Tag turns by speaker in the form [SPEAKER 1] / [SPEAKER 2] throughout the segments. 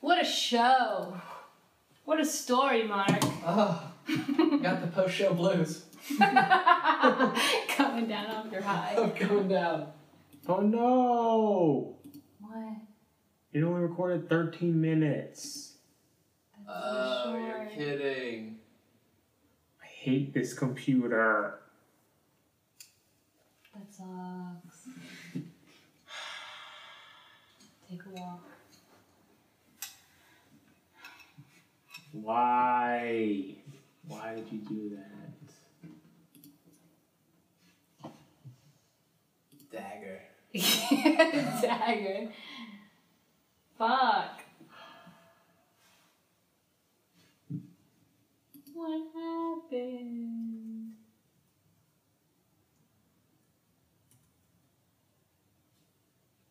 [SPEAKER 1] What a show. What a story, Mark.
[SPEAKER 2] Oh, got the post show blues.
[SPEAKER 1] Coming down off your high.
[SPEAKER 2] I'm going down.
[SPEAKER 3] Oh no!
[SPEAKER 1] What?
[SPEAKER 3] It only recorded 13 minutes.
[SPEAKER 1] That's so
[SPEAKER 2] Oh, you're
[SPEAKER 1] short.
[SPEAKER 2] kidding.
[SPEAKER 3] I hate this computer.
[SPEAKER 1] That sucks. Take a walk.
[SPEAKER 3] Why? Why did you do that?
[SPEAKER 2] Dagger.
[SPEAKER 1] Dagger. Fuck. What happened?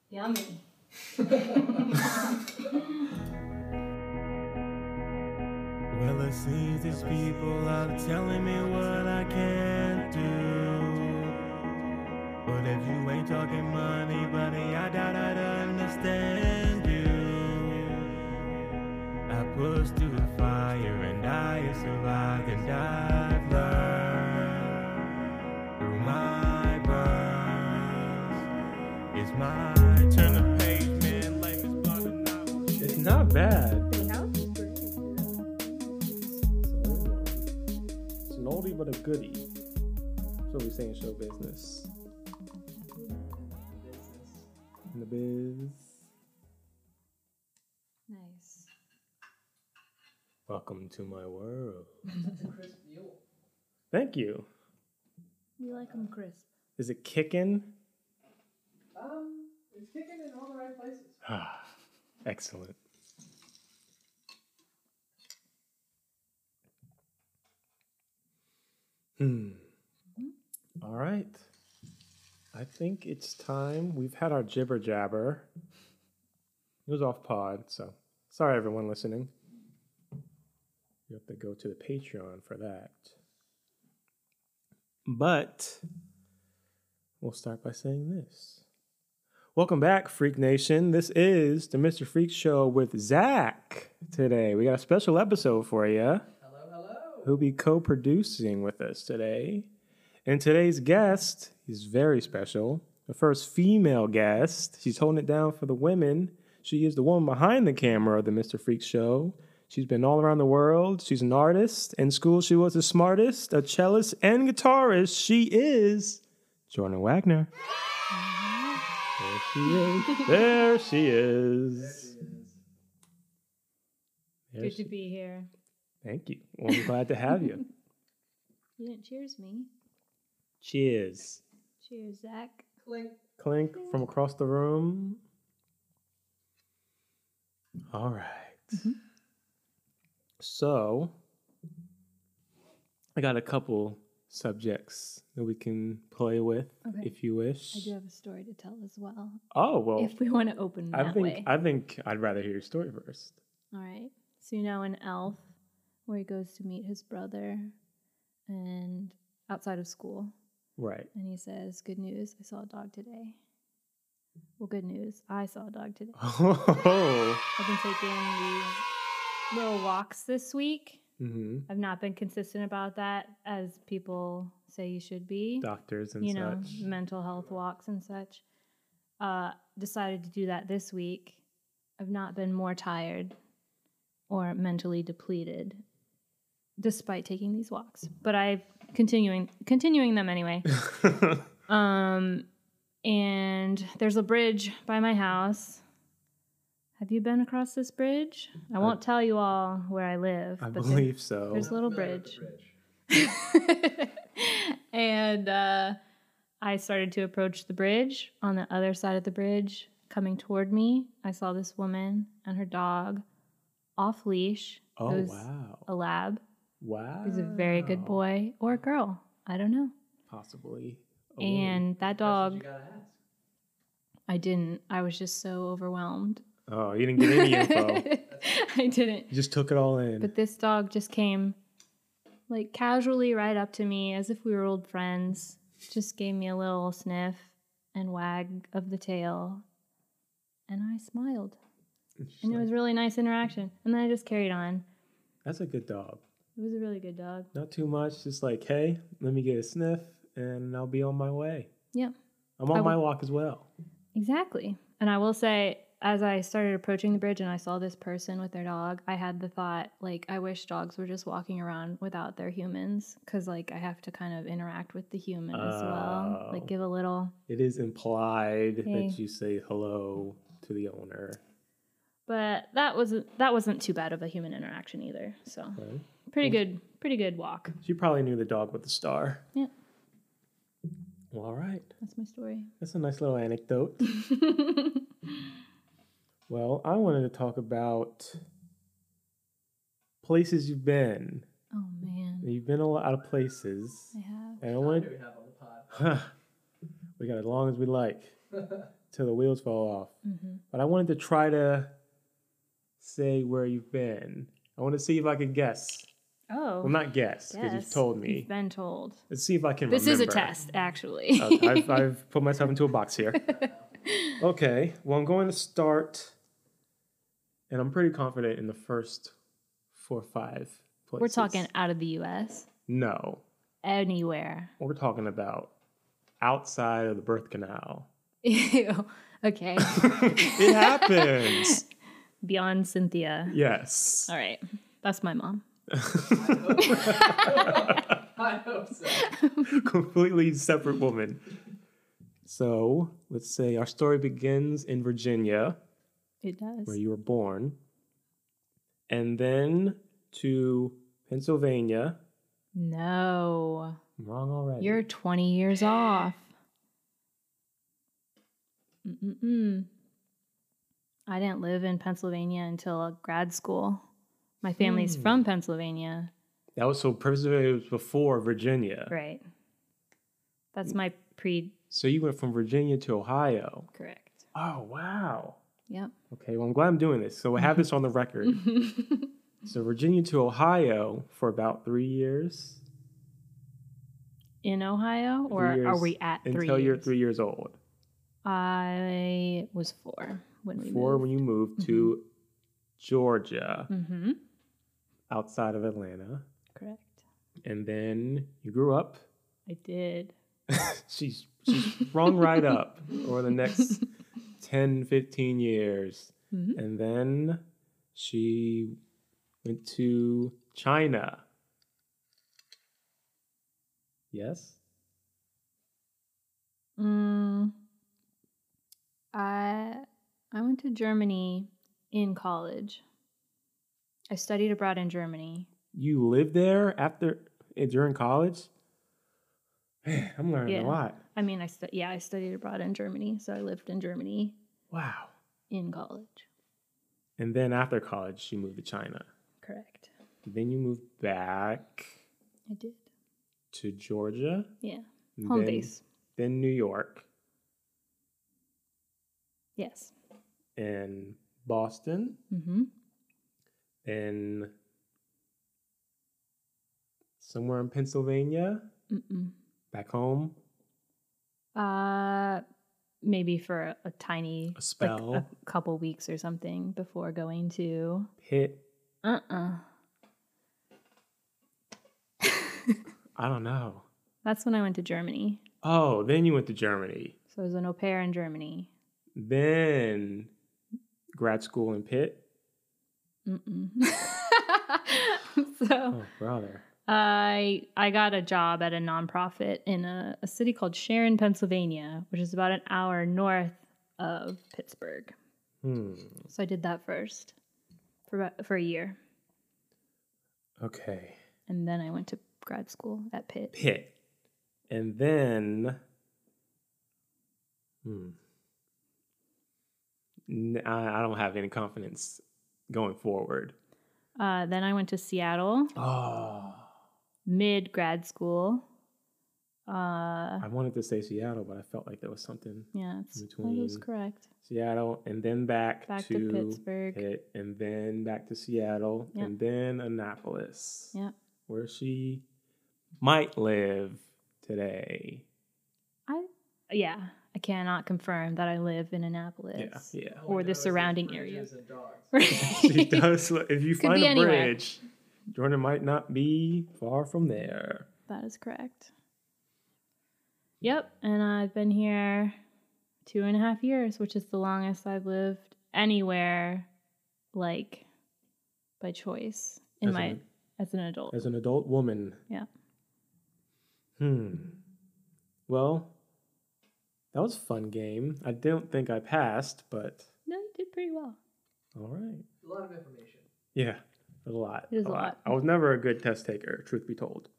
[SPEAKER 1] Yummy.
[SPEAKER 4] Well, it seems these people are telling me what I can't do. But if you ain't talking money, buddy, I doubt I'd understand you. I pushed through the fire and I have survived and I've learned through my burns. It's my turn to pavement, life is blocked and I'm
[SPEAKER 3] It's not bad.
[SPEAKER 5] They have braids.
[SPEAKER 3] It's an old one. It's an oldie but a goodie. So we saying show business. In the biz.
[SPEAKER 1] Nice.
[SPEAKER 3] Welcome to my world.
[SPEAKER 2] That's a crisp mule.
[SPEAKER 3] Thank you.
[SPEAKER 5] We like them crisp.
[SPEAKER 3] Is it kicking?
[SPEAKER 2] Um, it's kicking in all the right places.
[SPEAKER 3] Excellent. Hmm. All right. I think it's time. We've had our jibber jabber. It was off pod, so sorry everyone listening. You have to go to the Patreon for that. But we'll start by saying this. Welcome back, Freak Nation. This is the Mr. Freak Show with Zach today. We got a special episode for you.
[SPEAKER 2] Hello, hello.
[SPEAKER 3] Who'll be co producing with us today? And today's guest is very special. The first female guest. She's holding it down for the women. She is the woman behind the camera of the Mr. Freak Show. She's been all around the world. She's an artist. In school, she was the smartest, a cellist, and guitarist. She is Jordan Wagner. There she is. There she is. There
[SPEAKER 5] Good to
[SPEAKER 3] she-
[SPEAKER 5] be here.
[SPEAKER 3] Thank you. Well, I'm glad to have you.
[SPEAKER 5] You didn't cheers me.
[SPEAKER 3] Cheers.
[SPEAKER 5] Cheers, Zach.
[SPEAKER 2] Clink.
[SPEAKER 3] Clink from across the room. All right.
[SPEAKER 5] Mm-hmm.
[SPEAKER 3] So, I got a couple subjects that we can play with
[SPEAKER 5] Okay.
[SPEAKER 3] if you wish.
[SPEAKER 5] I do have a story to tell as well.
[SPEAKER 3] Oh, well,
[SPEAKER 5] If we want to open that
[SPEAKER 3] I think
[SPEAKER 5] way.
[SPEAKER 3] I think I'd rather hear your story first.
[SPEAKER 5] All right. So you know an elf where he goes to meet his brother and outside of school.
[SPEAKER 3] Right.
[SPEAKER 5] And he says, Good news, I saw a dog today. Well, good news, I saw a dog today.
[SPEAKER 3] Oh.
[SPEAKER 5] I've been taking these little walks this week.
[SPEAKER 3] hmm
[SPEAKER 5] I've not been consistent about that as people say you should be.
[SPEAKER 3] Doctors and
[SPEAKER 5] you know,
[SPEAKER 3] such.
[SPEAKER 5] mental health walks and such. Uh, decided to do that this week. I've not been more tired or mentally depleted despite taking these walks, but I've continuing continuing them anyway. um, and there's a bridge by my house. Have you been across this bridge? I won't tell you all where I live,
[SPEAKER 3] I
[SPEAKER 5] but there-
[SPEAKER 3] believe so.
[SPEAKER 5] there's
[SPEAKER 2] I'm
[SPEAKER 5] little
[SPEAKER 2] familiar with the
[SPEAKER 5] bridge. and uh, I started to approach the bridge. On the other side of the bridge, coming toward me, I saw this woman and her dog off leash.
[SPEAKER 3] Oh
[SPEAKER 5] It was
[SPEAKER 3] wow!
[SPEAKER 5] A lab.
[SPEAKER 3] Wow!
[SPEAKER 5] He's a very good boy or a girl. I don't know.
[SPEAKER 3] Possibly.
[SPEAKER 5] And that
[SPEAKER 2] Questions
[SPEAKER 5] dog,
[SPEAKER 2] You gotta ask.
[SPEAKER 5] I didn't. I was just so overwhelmed.
[SPEAKER 3] oh, you didn't get any info.
[SPEAKER 5] I didn't.
[SPEAKER 3] You just took it all in.
[SPEAKER 5] But this dog just came like casually right up to me as if we were old friends. Just gave me a little sniff and wag of the tail. And I smiled.
[SPEAKER 3] She's
[SPEAKER 5] and it
[SPEAKER 3] like,
[SPEAKER 5] was really nice interaction. And then I just carried on.
[SPEAKER 3] That's a good dog.
[SPEAKER 5] It was a really good dog.
[SPEAKER 3] Not too much. Just like, hey, let me get a sniff, and I'll be on my way.
[SPEAKER 5] Yeah.
[SPEAKER 3] I'm on
[SPEAKER 5] I
[SPEAKER 3] my
[SPEAKER 5] will-
[SPEAKER 3] walk as well.
[SPEAKER 5] Exactly. And I will say, as I started approaching the bridge and I saw this person with their dog, I had the thought, like, I wish dogs were just walking around without their humans because, like, I have to kind of interact with the human as well.
[SPEAKER 3] Oh.
[SPEAKER 5] Like, give a little.
[SPEAKER 3] It is implied
[SPEAKER 5] Hey.
[SPEAKER 3] that you say hello to the owner.
[SPEAKER 5] But that was that wasn't too bad of a human interaction either. So
[SPEAKER 3] Right?
[SPEAKER 5] pretty good, pretty good walk.
[SPEAKER 3] She probably knew the dog with the star.
[SPEAKER 5] Yeah.
[SPEAKER 3] Well, all right.
[SPEAKER 5] That's my story.
[SPEAKER 3] That's a nice little anecdote. well, I wanted to talk about places you've been.
[SPEAKER 5] Oh man,
[SPEAKER 3] You've been a lot of places.
[SPEAKER 5] I have.
[SPEAKER 3] And I wanted
[SPEAKER 2] do we have on the pod?
[SPEAKER 3] Huh. we got as long as we like till the wheels fall off.
[SPEAKER 5] hmm
[SPEAKER 3] But I wanted to try to say where you've been. I want to see if I could guess.
[SPEAKER 5] Oh,
[SPEAKER 3] Well, not guess because
[SPEAKER 5] yes.
[SPEAKER 3] you've told
[SPEAKER 5] You've
[SPEAKER 3] me.
[SPEAKER 5] been told.
[SPEAKER 3] Let's see if I can.
[SPEAKER 5] This is a
[SPEAKER 3] remember. Oh,
[SPEAKER 5] test, actually.
[SPEAKER 3] Okay, I've, I've put myself into a box here. Okay, well, I'm going to start, and I'm pretty confident in the first four or five places.
[SPEAKER 5] We're talking out of the U.S.
[SPEAKER 3] No,
[SPEAKER 5] Anywhere.
[SPEAKER 3] we're talking about outside of the birth canal.
[SPEAKER 5] Ew. Okay.
[SPEAKER 3] it happens.
[SPEAKER 5] Beyond Cynthia.
[SPEAKER 3] Yes.
[SPEAKER 5] All right. That's my mom.
[SPEAKER 2] I hope so.
[SPEAKER 3] Completely separate woman. So let's say our story begins in Virginia.
[SPEAKER 5] It
[SPEAKER 3] where
[SPEAKER 5] does.
[SPEAKER 3] you were born, and then to Pennsylvania.
[SPEAKER 5] No.
[SPEAKER 3] I'm wrong already.
[SPEAKER 5] You're 20 years off. Mm-mm-mm. I didn't live in Pennsylvania until grad school. My family's
[SPEAKER 3] Hmm.
[SPEAKER 5] from Pennsylvania.
[SPEAKER 3] that was so Pennsylvania was before Virginia.
[SPEAKER 5] Right.
[SPEAKER 3] Mm.
[SPEAKER 5] That's my pre
[SPEAKER 3] So you went from Virginia to Ohio.
[SPEAKER 5] correct.
[SPEAKER 3] Oh wow.
[SPEAKER 5] Yep.
[SPEAKER 3] Okay, well I'm glad I'm doing this. So I have this on the record. so Virginia to Ohio for about three years.
[SPEAKER 5] in Ohio,
[SPEAKER 3] Three
[SPEAKER 5] or are
[SPEAKER 3] years,
[SPEAKER 5] we at three?
[SPEAKER 3] until you're
[SPEAKER 5] years?
[SPEAKER 3] three years old.
[SPEAKER 5] I was four when we
[SPEAKER 3] Four when you moved to Georgia,
[SPEAKER 5] Mm-hmm.
[SPEAKER 3] outside of Atlanta.
[SPEAKER 5] Correct.
[SPEAKER 3] And then you grew up.
[SPEAKER 5] I did.
[SPEAKER 3] she's she's sprung right up over the next 10 15 years
[SPEAKER 5] Mhm.
[SPEAKER 3] and then she went to china yes
[SPEAKER 5] Mm, I I went to Germany in college. I studied abroad in Germany.
[SPEAKER 3] you lived there after eh, during college Man, i'm learning
[SPEAKER 5] Yeah.
[SPEAKER 3] a lot
[SPEAKER 5] I mean, I stu- yeah, I studied abroad in Germany, so I lived in Germany
[SPEAKER 3] wow
[SPEAKER 5] in college.
[SPEAKER 3] and then after college she moved to china
[SPEAKER 5] Correct.
[SPEAKER 3] then you moved back
[SPEAKER 5] I did.
[SPEAKER 3] to georgia
[SPEAKER 5] Yeah.
[SPEAKER 3] and
[SPEAKER 5] Home
[SPEAKER 3] then,
[SPEAKER 5] base.
[SPEAKER 3] then new york
[SPEAKER 5] Yes.
[SPEAKER 3] and boston
[SPEAKER 5] Mm-hmm.
[SPEAKER 3] in somewhere in Pennsylvania,
[SPEAKER 5] Mm-mm.
[SPEAKER 3] back home,
[SPEAKER 5] Uh, maybe for a tiny
[SPEAKER 3] a spell,
[SPEAKER 5] like a couple weeks or something before going to
[SPEAKER 3] pit.
[SPEAKER 5] uh uh
[SPEAKER 3] Uh-uh. I don't know.
[SPEAKER 5] That's when I went to Germany.
[SPEAKER 3] Oh, then you went to Germany,
[SPEAKER 5] So I was an au pair in Germany.
[SPEAKER 3] then grad school in Pitt.
[SPEAKER 5] Mm-mm. so
[SPEAKER 3] Oh, brother.
[SPEAKER 5] I I got a job at a nonprofit in a, a city called Sharon, Pennsylvania, which is about an hour north of Pittsburgh.
[SPEAKER 3] Hmm.
[SPEAKER 5] So I did that first for about, for a year,
[SPEAKER 3] Okay,
[SPEAKER 5] and then I went to grad school at Pitt.
[SPEAKER 3] Pitt, and then hmm. N- I I don't have any confidence going forward.
[SPEAKER 5] Uh, then I went to Seattle
[SPEAKER 3] Oh,
[SPEAKER 5] mid grad school. Uh,
[SPEAKER 3] I wanted to say Seattle, but I felt like there was something
[SPEAKER 5] yeah, it's, that
[SPEAKER 3] between
[SPEAKER 5] is correct.
[SPEAKER 3] Seattle, and then back,
[SPEAKER 5] Back
[SPEAKER 3] to,
[SPEAKER 5] to, Pittsburgh.
[SPEAKER 3] Pitt, and then back to Seattle,
[SPEAKER 5] Yep.
[SPEAKER 3] and then Annapolis,
[SPEAKER 5] Yep.
[SPEAKER 3] where she might live today.
[SPEAKER 5] I yeah, I cannot confirm that I live in Annapolis.
[SPEAKER 3] Yeah.
[SPEAKER 2] All I
[SPEAKER 5] Or
[SPEAKER 2] know
[SPEAKER 5] the
[SPEAKER 2] is there's
[SPEAKER 5] surrounding area.
[SPEAKER 2] bridges and dogs.
[SPEAKER 3] She
[SPEAKER 5] Right.
[SPEAKER 3] does. look- If you
[SPEAKER 5] Could
[SPEAKER 3] find
[SPEAKER 5] be
[SPEAKER 3] a
[SPEAKER 5] anywhere.
[SPEAKER 3] bridge, Jordan might not be far from there.
[SPEAKER 5] that is correct. Yep. And I've been here two and a half years, which is the longest I've lived anywhere, like by choice in
[SPEAKER 3] As
[SPEAKER 5] my
[SPEAKER 3] an-
[SPEAKER 5] as an adult.
[SPEAKER 3] as an adult woman.
[SPEAKER 5] Yeah.
[SPEAKER 3] Hmm. Well, that was a fun game. I don't think I passed, but
[SPEAKER 5] no, you did pretty well.
[SPEAKER 3] all right.
[SPEAKER 2] A lot of information.
[SPEAKER 3] Yeah, a lot.
[SPEAKER 5] It is a lot.
[SPEAKER 3] I was never a good test taker, truth be told.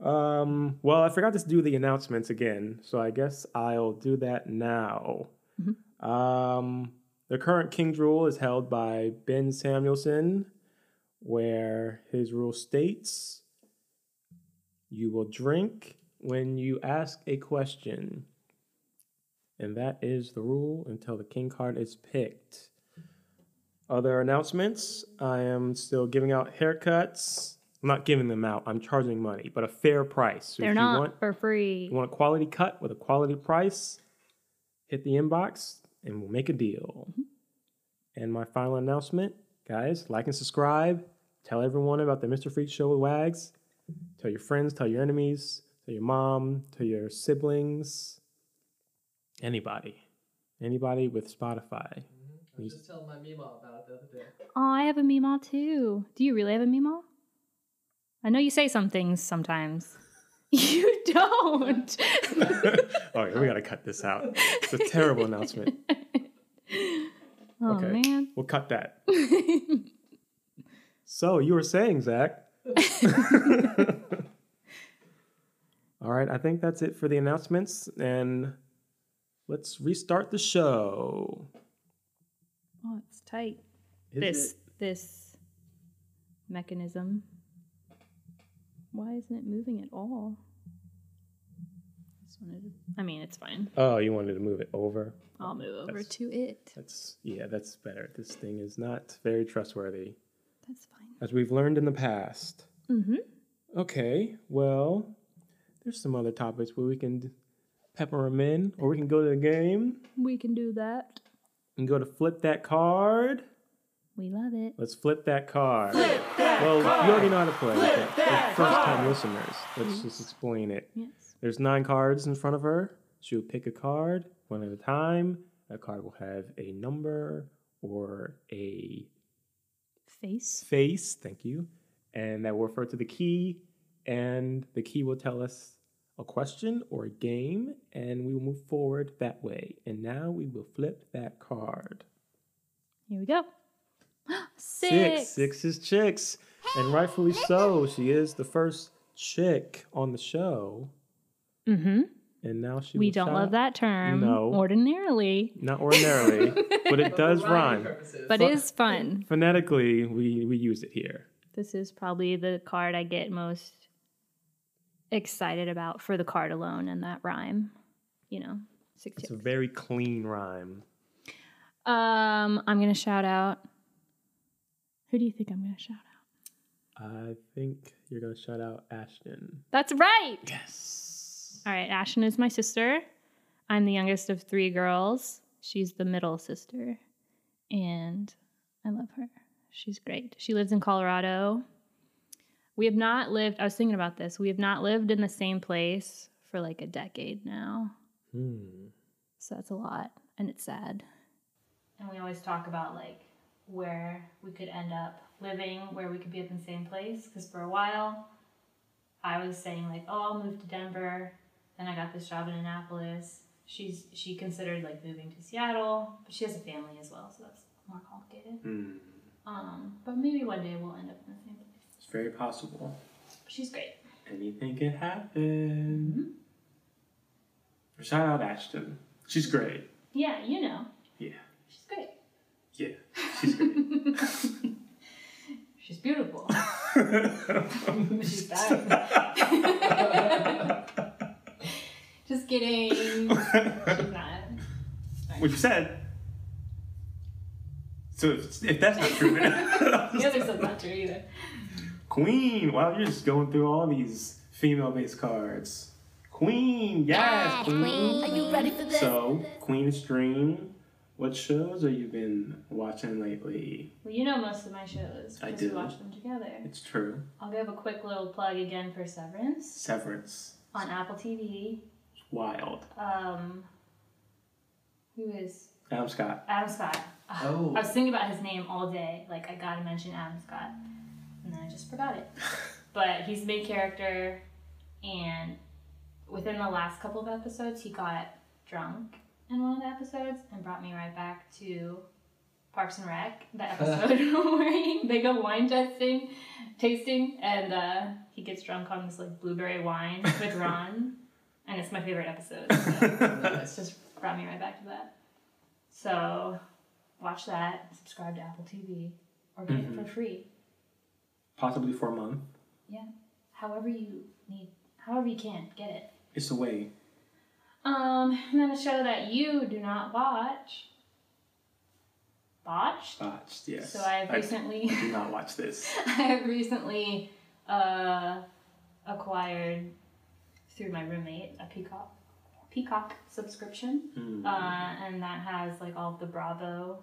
[SPEAKER 3] Um, well, I forgot to do the announcements again, so I guess I'll do that now.
[SPEAKER 5] Mhm.
[SPEAKER 3] Um, the current King's Rule is held by Ben Samuelson, where his rule states you will drink when you ask a question. And that is the rule until the king card is picked. Other announcements. I am still giving out haircuts. I'm not giving them out. I'm charging money, but a fair price. So
[SPEAKER 5] They're
[SPEAKER 3] if
[SPEAKER 5] not
[SPEAKER 3] you want,
[SPEAKER 5] for free.
[SPEAKER 3] you want a quality cut with a quality price, hit the inbox and we'll make a deal. And my final announcement, guys, like and subscribe. Tell everyone about the Mr. Freak Show with Wags. Tell your friends, tell your enemies, tell your mom, tell your siblings, anybody. Anybody with Spotify.
[SPEAKER 2] I was just telling my Mima about it the other day.
[SPEAKER 5] Oh, I have a Meemaw too. Do you really have a Meemaw? I know you say some things sometimes. You don't.
[SPEAKER 3] All right, we got to cut this out. It's a terrible announcement.
[SPEAKER 5] oh
[SPEAKER 3] Okay.
[SPEAKER 5] man.
[SPEAKER 3] We'll cut that. So you were saying, Zach. All right, I think that's it for the announcements, and let's restart the show.
[SPEAKER 5] oh, it's tight.
[SPEAKER 3] Is
[SPEAKER 5] this
[SPEAKER 3] it?
[SPEAKER 5] this mechanism. Why isn't it moving at all? Just wanted to- I mean, it's fine.
[SPEAKER 3] Oh, you wanted to move it over.
[SPEAKER 5] I'll move over
[SPEAKER 3] That's-
[SPEAKER 5] to it.
[SPEAKER 3] That's yeah, that's better. This thing is not very trustworthy,
[SPEAKER 5] That's fine.
[SPEAKER 3] as we've learned in the past.
[SPEAKER 5] Mm-hmm.
[SPEAKER 3] Okay, well, there's some other topics where we can d- pepper them in, or we can go to the game
[SPEAKER 5] We can do that.
[SPEAKER 3] and go to flip that card.
[SPEAKER 5] We love it.
[SPEAKER 3] Let's flip that card. well, you already know how to play. but for first-time listeners, let's just explain it.
[SPEAKER 5] Yes.
[SPEAKER 3] There's nine cards in front of her. She'll pick a card one at a time. That card will have a number or a
[SPEAKER 5] Face.
[SPEAKER 3] face. Thank you. And that will refer to the key. And the key will tell us a question or a game, and we will move forward that way. And now we will flip that card.
[SPEAKER 5] Here we go.
[SPEAKER 3] Six. Six is chicks. And rightfully so. She is the first chick on the show.
[SPEAKER 5] Mm-hmm.
[SPEAKER 3] And now she
[SPEAKER 5] We
[SPEAKER 3] will
[SPEAKER 5] don't
[SPEAKER 3] shout-
[SPEAKER 5] love that term
[SPEAKER 3] No.
[SPEAKER 5] ordinarily,
[SPEAKER 3] Not ordinarily, but
[SPEAKER 2] But
[SPEAKER 3] it does
[SPEAKER 2] for variety
[SPEAKER 3] rhyme.
[SPEAKER 2] purposes,
[SPEAKER 5] but it is fun.
[SPEAKER 3] Phonetically, we, we use it here.
[SPEAKER 5] This is probably the card I get most excited about for the card alone and that rhyme. You know, six.
[SPEAKER 3] It's a
[SPEAKER 5] chicks.
[SPEAKER 3] very clean rhyme.
[SPEAKER 5] Um, I'm gonna shout out. Who do you think I'm gonna shout out?
[SPEAKER 3] I think you're going to shout out Ashton.
[SPEAKER 5] That's right.
[SPEAKER 3] Yes.
[SPEAKER 5] All right, Ashton is my sister. I'm the youngest of three girls. She's the middle sister, and I love her. She's great. She lives in Colorado. We have not lived. I was thinking about this. We have not lived in the same place for like a decade now.
[SPEAKER 3] Hmm.
[SPEAKER 5] So that's a lot, and it's sad. And we always talk about like where we could end up living, where we could be at the same place. Because for a while, I was saying like, "Oh, I'll move to Denver." Then I got this job in Annapolis. She's she considered like moving to Seattle, but she has a family as well, so that's more complicated.
[SPEAKER 3] Hmm.
[SPEAKER 5] Um, but maybe one day we'll end up in the same place.
[SPEAKER 3] It's very possible.
[SPEAKER 5] She's great.
[SPEAKER 3] Anything can happen. Shout out Ashton. She's great.
[SPEAKER 5] Yeah, you know,
[SPEAKER 3] Yeah.
[SPEAKER 5] she's great.
[SPEAKER 3] Yeah. She's great.
[SPEAKER 5] She's beautiful. She's Just kidding. She's not.
[SPEAKER 3] What you said. So if, if that's not true, then-
[SPEAKER 5] The other stuff's not true either.
[SPEAKER 3] Queen. Wow, you're just going through all these female-based cards.
[SPEAKER 6] Queen, yes, Queen.
[SPEAKER 3] Are you ready for this?
[SPEAKER 6] So, Queen Stream, what shows have you been watching lately?
[SPEAKER 5] Well, you know most of my shows
[SPEAKER 6] I
[SPEAKER 5] because we
[SPEAKER 6] do.
[SPEAKER 5] watch them together.
[SPEAKER 6] It's true.
[SPEAKER 5] I'll give a quick little plug again for Severance
[SPEAKER 6] Severance.
[SPEAKER 5] on Apple TV.
[SPEAKER 6] Wild.
[SPEAKER 5] Um, who is
[SPEAKER 6] Adam Scott.
[SPEAKER 5] Adam Scott?
[SPEAKER 2] Oh.
[SPEAKER 5] I was thinking about his name all day. Like I gotta mention Adam Scott, and then I just forgot it. but he's the main character, and within the last couple of episodes, he got drunk in one of the episodes and brought me right back to Parks and Rec. The episode where he, they go wine testing, tasting, and uh, he gets drunk on this like blueberry wine with Ron, and it's my favorite episode. so it's just brought me right back to that. So watch that, subscribe to Apple TV, or get it for free.
[SPEAKER 6] Possibly for a month.
[SPEAKER 5] Yeah. However you need, however you can, get it.
[SPEAKER 6] It's the way.
[SPEAKER 5] Um, and then a show that you do not watch. Botched.
[SPEAKER 6] Botched, yes.
[SPEAKER 5] So I have recently,
[SPEAKER 6] do not watch this.
[SPEAKER 5] I have recently, uh, acquired through my roommate a Peacock, Peacock subscription.
[SPEAKER 6] Mm.
[SPEAKER 5] uh, and that has like all of the Bravo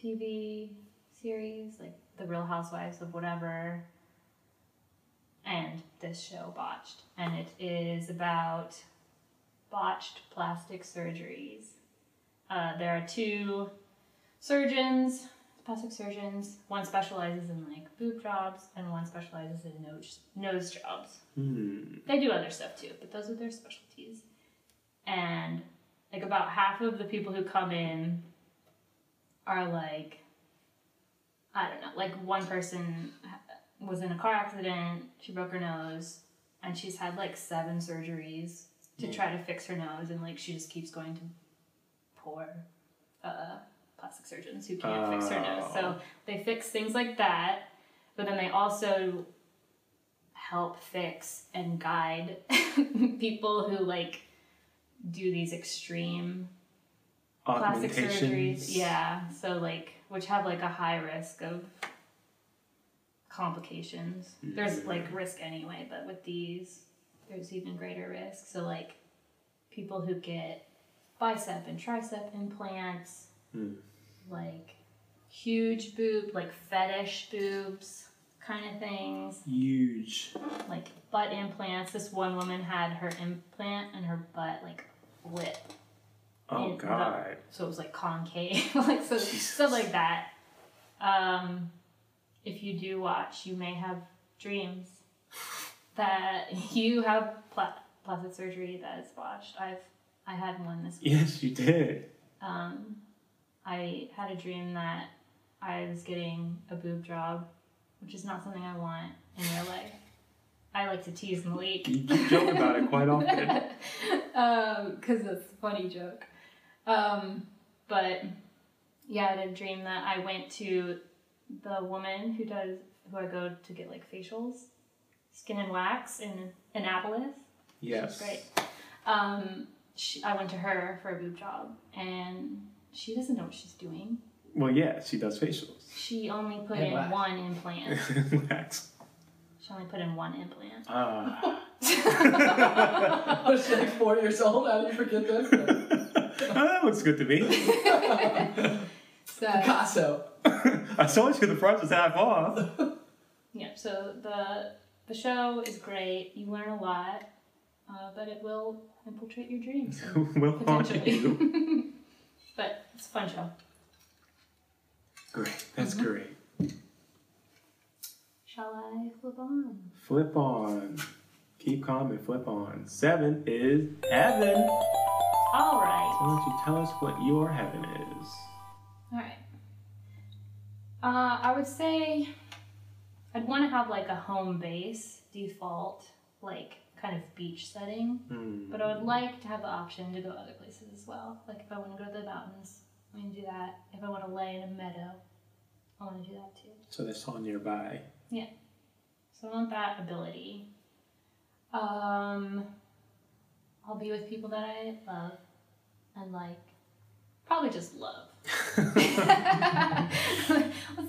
[SPEAKER 5] TV series, like The Real Housewives of whatever, and this show Botched, and it is about botched plastic surgeries. Uh, there are two surgeons, plastic surgeons. One specializes in like boob jobs, and one specializes in nose nose jobs.
[SPEAKER 6] Hmm.
[SPEAKER 5] They do other stuff too, but those are their specialties. And like about half of the people who come in are like, I don't know, like one person was in a car accident, she broke her nose, and she's had like seven surgeries to try to fix her nose, and like she just keeps going to poor uh, plastic surgeons who can't fix her nose. So they fix things like that, but then they also help fix and guide people who like do these extreme plastic surgeries.
[SPEAKER 6] Augmentations.
[SPEAKER 5] Yeah. So like which have like a high risk of complications. There's like risk anyway, but with these there's even greater risk. So like people who get bicep and tricep implants,
[SPEAKER 6] Hmm.
[SPEAKER 5] like huge boob, like fetish boobs kind of things
[SPEAKER 6] Huge.
[SPEAKER 5] like butt implants. This one woman had her implant and her butt like lit,
[SPEAKER 6] Oh,
[SPEAKER 5] Yeah,
[SPEAKER 6] God.
[SPEAKER 5] so it was like concave, like so stuff like that. Um, if you do watch, you may have dreams that you have pla- plastic surgery that is botched. I've I had one this week.
[SPEAKER 6] Yes, you did.
[SPEAKER 5] Um, I had a dream that I was getting a boob job, which is not something I want in real life. I like to tease Malik.
[SPEAKER 6] You you joke about it quite often.
[SPEAKER 5] because Um, it's a funny joke. Um, but yeah, I had a dream that I went to the woman who does who I go to get like facials, skin and wax in Annapolis.
[SPEAKER 6] Yes.
[SPEAKER 5] She's great. Um, she, I went to her for a boob job, and she doesn't know what she's doing.
[SPEAKER 6] Well, yeah, she does facials.
[SPEAKER 5] She only put
[SPEAKER 2] And
[SPEAKER 5] in
[SPEAKER 2] wax.
[SPEAKER 5] one implant.
[SPEAKER 6] Wax.
[SPEAKER 5] She only put in one implant.
[SPEAKER 6] Ah.
[SPEAKER 2] I was like four years old. How do you forget this? thing?
[SPEAKER 6] Oh, that looks good to me.
[SPEAKER 5] So
[SPEAKER 2] Picasso.
[SPEAKER 6] I told you the price was half off.
[SPEAKER 5] Yeah, so the the show is great. You learn a lot, uh, but it will infiltrate your dreams
[SPEAKER 6] will haunt you.
[SPEAKER 5] potentially. but it's a fun show.
[SPEAKER 6] Great. That's
[SPEAKER 5] Mm-hmm.
[SPEAKER 6] great.
[SPEAKER 5] Shall I flip on?
[SPEAKER 6] Flip on. Keep calm and flip on. Seven is heaven.
[SPEAKER 5] All right,
[SPEAKER 6] Why don't you tell us what your heaven is?
[SPEAKER 5] all right. Uh, I would say I'd want to have like a home base default, like kind of beach setting.
[SPEAKER 6] Hmm.
[SPEAKER 5] But I would like to have the option to go other places as well. Like if I want to go to the mountains, I'm gonna do that. If I want to lay in a meadow, I want to do that too.
[SPEAKER 6] So that's all nearby.
[SPEAKER 5] So I want that ability. Um, I'll be with people that I love and like. Probably just love. Let's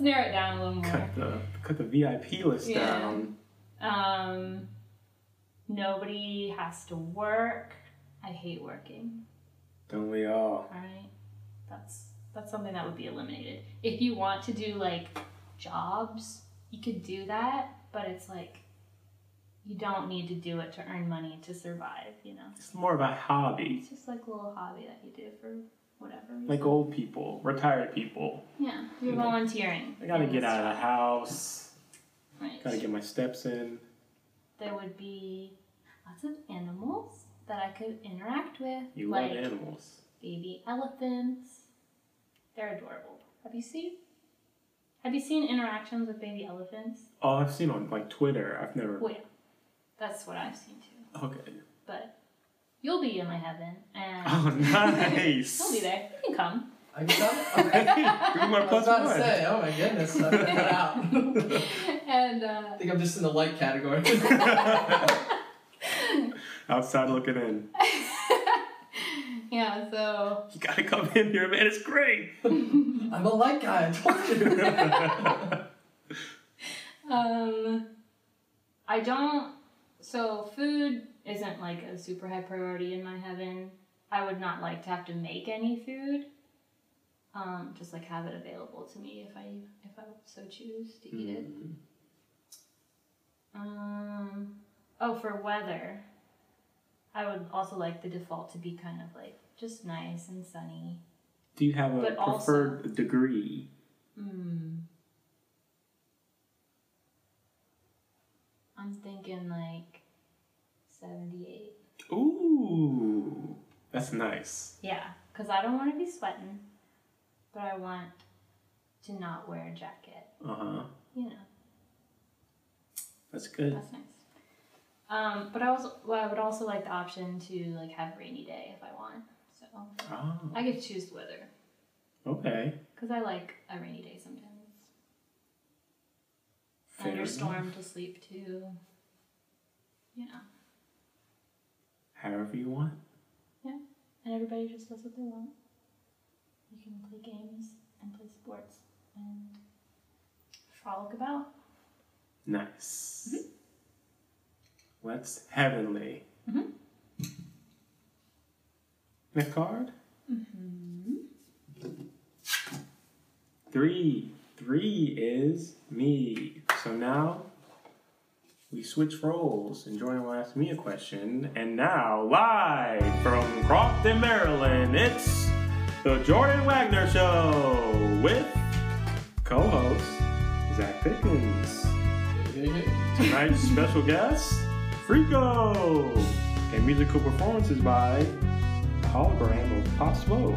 [SPEAKER 5] narrow it down a little more.
[SPEAKER 6] Cut the cut the VIP list
[SPEAKER 5] Yeah.
[SPEAKER 6] down.
[SPEAKER 5] Um, Nobody has to work. I hate working.
[SPEAKER 6] Don't we all?
[SPEAKER 5] All right, that's that's something that would be eliminated. If you want to do like jobs, you could do that, but it's like you don't need to do it to earn money to survive. You know,
[SPEAKER 3] It's more of a hobby.
[SPEAKER 5] it's just like a little hobby that you do for whatever. Reason.
[SPEAKER 3] Like old people, retired people.
[SPEAKER 5] yeah, you're volunteering.
[SPEAKER 3] I gotta get out of the house.
[SPEAKER 5] Right.
[SPEAKER 6] Gotta get my steps in.
[SPEAKER 5] there would be lots of animals that I could interact with,
[SPEAKER 3] You
[SPEAKER 5] like
[SPEAKER 3] love animals.
[SPEAKER 5] baby elephants. They're adorable. Have you seen? Have you seen interactions with baby elephants?
[SPEAKER 3] Oh, I've seen on like Twitter. I've never.
[SPEAKER 5] Well, yeah, that's what I've seen too.
[SPEAKER 3] Okay.
[SPEAKER 5] But you'll be in my heaven, and
[SPEAKER 3] Oh, nice.
[SPEAKER 5] you'll be there. You can come.
[SPEAKER 2] I can tell. Okay.
[SPEAKER 3] Give me
[SPEAKER 2] I
[SPEAKER 3] my
[SPEAKER 2] was
[SPEAKER 3] plus
[SPEAKER 2] about to
[SPEAKER 3] one.
[SPEAKER 2] say, oh my goodness, I figured it out. I
[SPEAKER 5] and uh,
[SPEAKER 2] think I'm just in the light category.
[SPEAKER 3] Outside looking in.
[SPEAKER 5] yeah, so
[SPEAKER 3] You gotta come in here, man. It's great.
[SPEAKER 2] I'm a light guy, I told you.
[SPEAKER 5] Um, I don't. So food isn't like a super high priority in my heaven. I would not like to have to make any food. Um, just like have it available to me if I if I so choose to eat it. Um, oh, for weather, I would also like the default to be kind of like just nice and sunny.
[SPEAKER 3] Do you have a
[SPEAKER 5] But also-
[SPEAKER 3] preferred degree?
[SPEAKER 5] Hmm. I'm thinking like 78.
[SPEAKER 3] Ooh, that's nice.
[SPEAKER 5] Yeah, because I don't want to be sweating, but I want to not wear a jacket.
[SPEAKER 3] Uh huh.
[SPEAKER 5] You know,
[SPEAKER 3] That's good.
[SPEAKER 5] that's nice. Um, but I also, well, I would also like the option to like have a rainy day if I want. So
[SPEAKER 2] Uh,
[SPEAKER 3] Oh,
[SPEAKER 5] I could choose the weather
[SPEAKER 3] okay.
[SPEAKER 5] because I like a rainy day sometimes.
[SPEAKER 3] Fair
[SPEAKER 5] Thunderstorm to sleep to. You know.
[SPEAKER 3] However you want.
[SPEAKER 5] and everybody just does what they want. You can play games and play sports and frolic about.
[SPEAKER 3] Nice. What's heavenly?
[SPEAKER 5] Mhm.
[SPEAKER 3] The card? Three. Three is me. So now we switch roles. and Jordan will ask me a question. And now, live from Crofton, Maryland, it's the Jordan Wagner Show with co host Zach Pickens. Tonight's special guest, Frico, and musical performances by Hologram of Pop Smoke.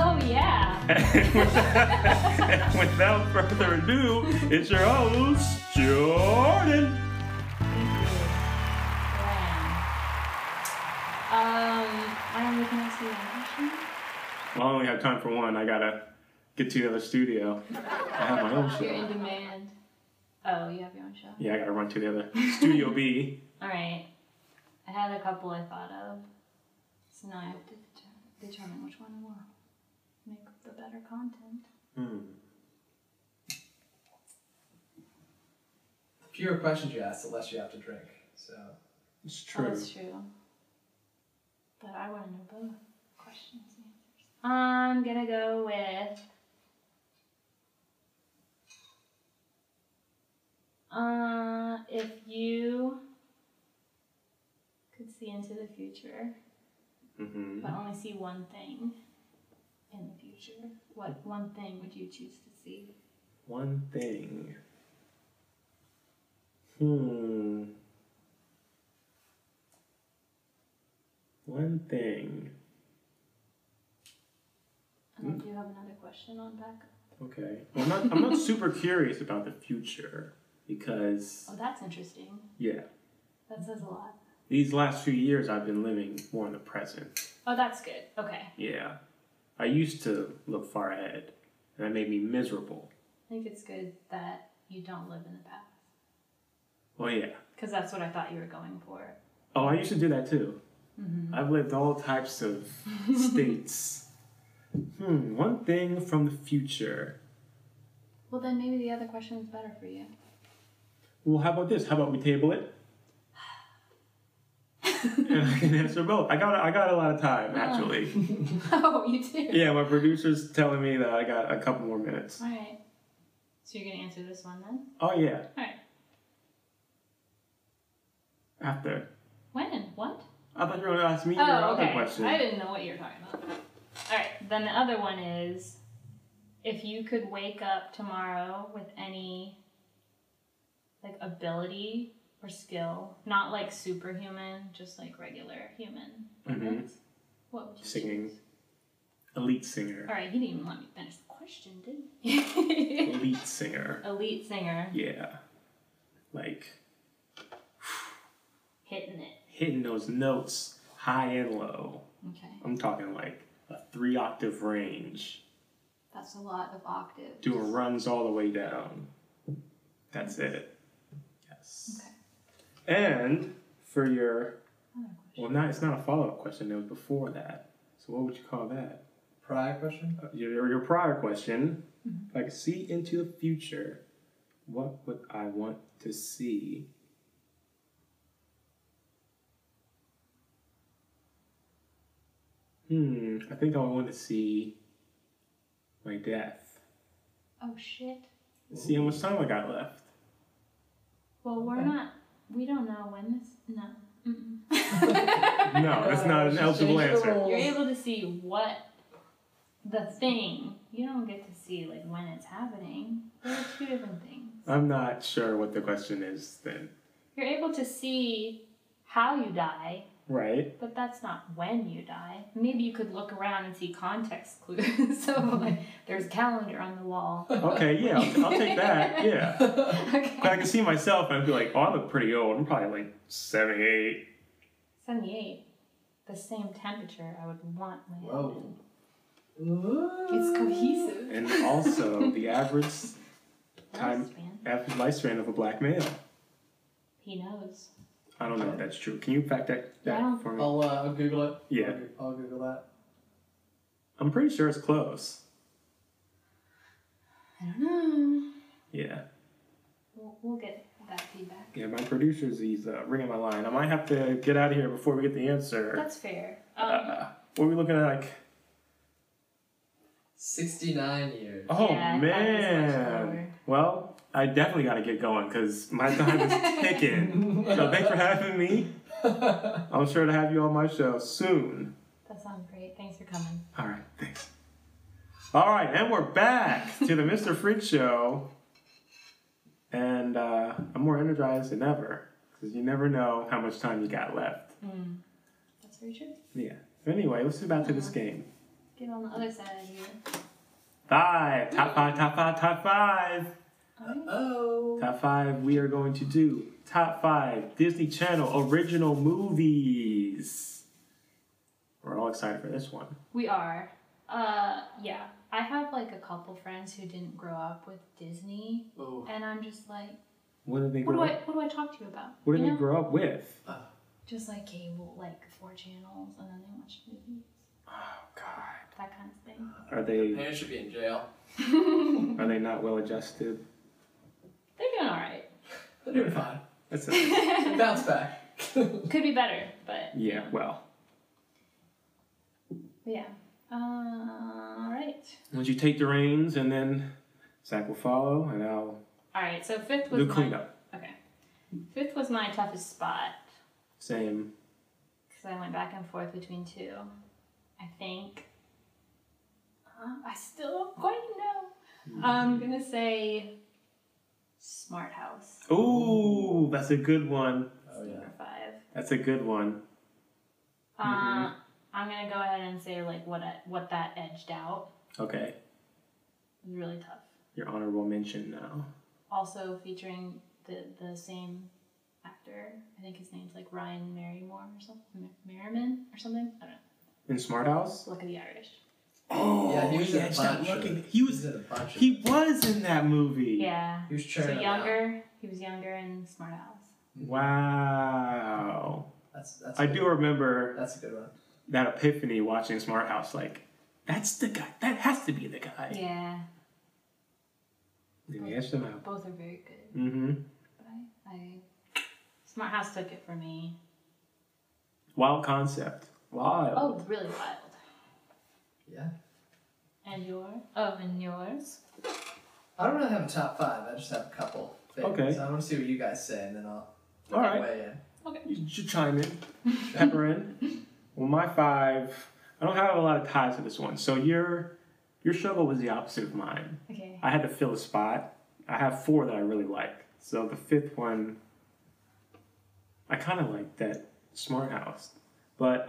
[SPEAKER 5] Oh yeah!
[SPEAKER 3] And without, without further ado, it's your host, Jordan.
[SPEAKER 5] Thank you. Um, I am looking at some action.
[SPEAKER 3] Well, I only have time for one. I gotta get to the other studio. I have my own
[SPEAKER 5] You're in
[SPEAKER 3] show.
[SPEAKER 5] demand. Oh, you have your own show.
[SPEAKER 3] Yeah, I gotta run to the other Studio B.
[SPEAKER 5] All right. I had a couple I thought of, so now I have to deter- determine which one I want. Make the better content.
[SPEAKER 3] Hmm.
[SPEAKER 2] The fewer questions you ask, the less you have to drink. So
[SPEAKER 3] It's
[SPEAKER 5] Oh,
[SPEAKER 3] true.
[SPEAKER 5] That's true. But I want to know both questions and answers. I'm gonna go with. Uh, if you could see into the future,
[SPEAKER 3] hmm
[SPEAKER 5] but only see one thing in the future, what one thing would you choose to see?
[SPEAKER 3] One thing. Hmm. One thing.
[SPEAKER 5] And I do have another question on back.
[SPEAKER 3] Okay. Well, I'm not, I'm not super curious about the future because,
[SPEAKER 5] Oh, that's interesting.
[SPEAKER 3] yeah,
[SPEAKER 5] That says a lot.
[SPEAKER 3] these last few years I've been living more in the present.
[SPEAKER 5] Oh, that's good. Okay.
[SPEAKER 3] Yeah. I used to look far ahead, and that made me miserable.
[SPEAKER 5] I think it's good that you don't live in the past
[SPEAKER 3] Well, yeah.
[SPEAKER 5] because that's what I thought you were going for.
[SPEAKER 3] Oh, I used to do that too.
[SPEAKER 5] Mm-hmm.
[SPEAKER 3] I've lived all types of states. Hmm, one thing from the future.
[SPEAKER 5] Well, then maybe the other question is better for you.
[SPEAKER 3] Well, how about this? How about we table it? and I can answer both. I got I got a lot of time
[SPEAKER 5] Ah.
[SPEAKER 3] actually.
[SPEAKER 5] oh, you do.
[SPEAKER 3] yeah, my producer's telling me that I got a couple more minutes.
[SPEAKER 5] All right. So you're gonna answer this one then?
[SPEAKER 3] Oh yeah,
[SPEAKER 5] All right.
[SPEAKER 3] after.
[SPEAKER 5] When? What?
[SPEAKER 3] I thought you were gonna ask me your
[SPEAKER 5] Oh,
[SPEAKER 3] other
[SPEAKER 5] okay.
[SPEAKER 3] question.
[SPEAKER 5] I didn't know what you were talking about. All right. Then the other one is, if you could wake up tomorrow with any like ability or skill, not like superhuman, just like regular human,
[SPEAKER 3] Mhm.
[SPEAKER 5] abilities, what would you
[SPEAKER 3] Singing.
[SPEAKER 5] choose?
[SPEAKER 3] Elite singer.
[SPEAKER 5] All right. He didn't even let me finish the question, did he?
[SPEAKER 3] Elite singer.
[SPEAKER 5] Elite singer
[SPEAKER 3] Yeah, like
[SPEAKER 5] hitting it.
[SPEAKER 3] hitting those notes high and low.
[SPEAKER 5] Okay.
[SPEAKER 3] I'm talking like a three octave range,
[SPEAKER 5] That's a lot of octaves.
[SPEAKER 3] doing runs all the way down. That's it. Yes. And for your,
[SPEAKER 5] Another question.
[SPEAKER 3] well, not it's not a follow up question. It was before that. So what would you call that?
[SPEAKER 2] Prior question?
[SPEAKER 3] Uh, Your your prior question.
[SPEAKER 2] Mm-hmm.
[SPEAKER 3] If I could see into the future, what would I want to see? Hmm. I think I would want to see my death.
[SPEAKER 5] Oh shit.
[SPEAKER 3] See how much time I got left.
[SPEAKER 5] Well, we're
[SPEAKER 2] Okay.
[SPEAKER 5] not. We don't know when this. No. Mm-mm.
[SPEAKER 3] No, that's not an
[SPEAKER 2] She's
[SPEAKER 3] eligible
[SPEAKER 2] changed the
[SPEAKER 3] answer.
[SPEAKER 2] rules.
[SPEAKER 5] You're able to see what the thing. You don't get to see like when it's happening. There are two different things.
[SPEAKER 3] I'm not sure what the question is then.
[SPEAKER 5] You're able to see how you die,
[SPEAKER 3] Right?
[SPEAKER 5] but that's not when you die. Maybe you could look around and see context clues. so like, there's a calendar on the wall.
[SPEAKER 3] Okay, yeah, I'll, I'll take that. Yeah. But I
[SPEAKER 5] Okay.
[SPEAKER 3] can see myself and I'd be like, oh, I look pretty old. I'm probably like 78.
[SPEAKER 5] 78. The same temperature I would want my
[SPEAKER 2] Whoa.
[SPEAKER 5] oven. It's cohesive.
[SPEAKER 3] And also, the average time,
[SPEAKER 5] Lifespan.
[SPEAKER 3] average lifespan of a black male.
[SPEAKER 5] He knows.
[SPEAKER 3] I don't know if that's true. Can you fact that, that
[SPEAKER 5] Yeah.
[SPEAKER 3] for me?
[SPEAKER 2] I'll, uh, I'll Google it.
[SPEAKER 3] Yeah.
[SPEAKER 2] I'll, I'll Google that.
[SPEAKER 3] I'm pretty sure it's close.
[SPEAKER 5] I don't know.
[SPEAKER 3] Yeah.
[SPEAKER 5] We'll, we'll get that feedback.
[SPEAKER 3] Yeah, my producer's he's uh, ringing my line. I might have to get out of here before we get the answer.
[SPEAKER 5] That's fair. Um,
[SPEAKER 3] Uh, what are we looking at? Like,
[SPEAKER 2] 69 years.
[SPEAKER 3] Oh
[SPEAKER 5] Yeah, I thought it was much
[SPEAKER 3] man.
[SPEAKER 5] lower.
[SPEAKER 3] Well, I definitely got to get going because my time is ticking. So thanks for having me. I'm sure to have you on my show soon.
[SPEAKER 5] that sounds great. Thanks for coming.
[SPEAKER 3] All right, thanks. All right, and we're back to the Mr. Freak Show. And uh, I'm more energized than ever because you never know how much time you got left.
[SPEAKER 5] That's very true.
[SPEAKER 3] Yeah. So anyway, let's get back to this game.
[SPEAKER 5] Get on the other side of here.
[SPEAKER 3] Five, top five, top five, top five.
[SPEAKER 2] Oh.
[SPEAKER 3] Top five, we are going to do top five Disney Channel original movies. We're all excited for this one.
[SPEAKER 5] We are. Uh, yeah. I have like a couple friends who didn't grow up with Disney,
[SPEAKER 2] Oh.
[SPEAKER 5] and I'm just like,
[SPEAKER 3] What did they
[SPEAKER 5] what do
[SPEAKER 3] grow
[SPEAKER 5] I
[SPEAKER 3] up?
[SPEAKER 5] what do I talk to you about?
[SPEAKER 3] What
[SPEAKER 5] you
[SPEAKER 3] did they
[SPEAKER 5] know?
[SPEAKER 3] grow up with?
[SPEAKER 5] Just like cable, like four channels, and then they watch movies,
[SPEAKER 3] Oh God.
[SPEAKER 5] that kind of thing.
[SPEAKER 3] Are they
[SPEAKER 2] Parents should be in jail.
[SPEAKER 3] are they not well adjusted?
[SPEAKER 5] They're doing all right.
[SPEAKER 2] They're doing fine.
[SPEAKER 3] That's a,
[SPEAKER 2] Bounce back. Oh,
[SPEAKER 5] Could be better, but
[SPEAKER 3] yeah. Well,
[SPEAKER 5] but yeah. Uh, all right.
[SPEAKER 3] once you take the reins, and then Zach will follow, and I'll
[SPEAKER 5] All right. So fifth was
[SPEAKER 3] do
[SPEAKER 5] my-
[SPEAKER 3] cleanup.
[SPEAKER 5] Okay. Fifth was my toughest spot
[SPEAKER 3] Same.
[SPEAKER 5] because I went back and forth between two. I think. Uh, I still don't quite know. I'm gonna say Smart House
[SPEAKER 3] Ooh, that's a good one.
[SPEAKER 2] Oh, yeah.
[SPEAKER 5] number five.
[SPEAKER 3] That's a good one.
[SPEAKER 5] Uh, I'm gonna go ahead and say like what I, what that edged out
[SPEAKER 3] Okay,
[SPEAKER 5] It was really tough.
[SPEAKER 3] your honorable mention now.
[SPEAKER 5] Also featuring the the same actor. I think his name's like Ryan Merrymore or something, Merriman or something. I don't know.
[SPEAKER 3] In Smart House.
[SPEAKER 5] Look at the Irish.
[SPEAKER 3] Oh,
[SPEAKER 2] Yeah, he was in a
[SPEAKER 3] it's not
[SPEAKER 2] bunch of-
[SPEAKER 3] looking- He
[SPEAKER 2] He's
[SPEAKER 3] was.
[SPEAKER 2] in a bunch of-
[SPEAKER 3] He was in that movie.
[SPEAKER 5] Yeah.
[SPEAKER 2] He was
[SPEAKER 5] So
[SPEAKER 2] churning them out.
[SPEAKER 5] younger, he was younger in Smart House.
[SPEAKER 3] Wow.
[SPEAKER 2] That's, that's
[SPEAKER 3] I
[SPEAKER 2] good.
[SPEAKER 3] do remember
[SPEAKER 2] That's a good one.
[SPEAKER 3] that epiphany watching Smart House. Like, that's the guy. That has to be the guy.
[SPEAKER 5] Yeah,
[SPEAKER 3] Let me ask them out.
[SPEAKER 5] both are very good.
[SPEAKER 3] Mm-hmm.
[SPEAKER 5] But I, I Smart House took it for me.
[SPEAKER 3] Wild concept. Wild.
[SPEAKER 5] Oh, really wild.
[SPEAKER 2] Yeah.
[SPEAKER 5] And your? Oh, and yours?
[SPEAKER 2] I don't really have a top five. I just have a couple. favorites.
[SPEAKER 3] Okay.
[SPEAKER 2] So I want to see what you guys say, and then I'll
[SPEAKER 3] All right.
[SPEAKER 2] weigh in.
[SPEAKER 3] You should chime in, pepper in. Well, my five. I don't have a lot of ties to this one. So your your shovel was the opposite of mine.
[SPEAKER 5] Okay.
[SPEAKER 3] I had to fill a spot. I have four that I really like. So the fifth one, I kind of like that smart house, but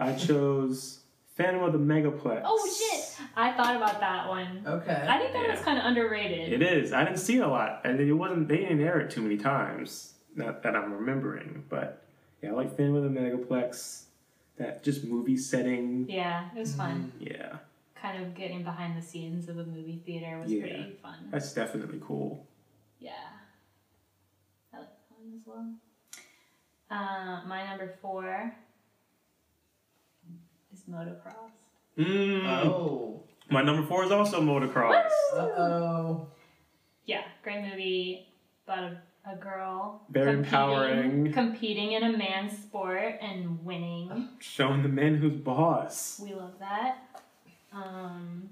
[SPEAKER 3] I chose Phantom of the Megaplex.
[SPEAKER 5] Oh, shit! I thought about that one.
[SPEAKER 2] Okay.
[SPEAKER 5] I think that
[SPEAKER 3] Yeah.
[SPEAKER 5] was kind of underrated.
[SPEAKER 3] It is. I didn't see it a lot, and it wasn't. They didn't air it too many times. Not that I'm remembering, but yeah, I like Phantom of the Megaplex. That just movie setting.
[SPEAKER 5] Yeah, it was fun.
[SPEAKER 3] Yeah,
[SPEAKER 5] Kind of getting behind the scenes of a movie theater was
[SPEAKER 3] Mm-hmm. Yeah.
[SPEAKER 5] pretty fun.
[SPEAKER 3] that's definitely cool.
[SPEAKER 5] Yeah. I like that one as well. Uh, my number four is motocross.
[SPEAKER 3] Mm.
[SPEAKER 5] Uh,
[SPEAKER 2] Oh.
[SPEAKER 3] My number four is also motocross.
[SPEAKER 2] Uh oh.
[SPEAKER 5] Yeah, great movie about a, a girl.
[SPEAKER 3] Very empowering.
[SPEAKER 5] Competing in a man's sport and winning.
[SPEAKER 3] Showing the man who's boss.
[SPEAKER 5] We love that. Um,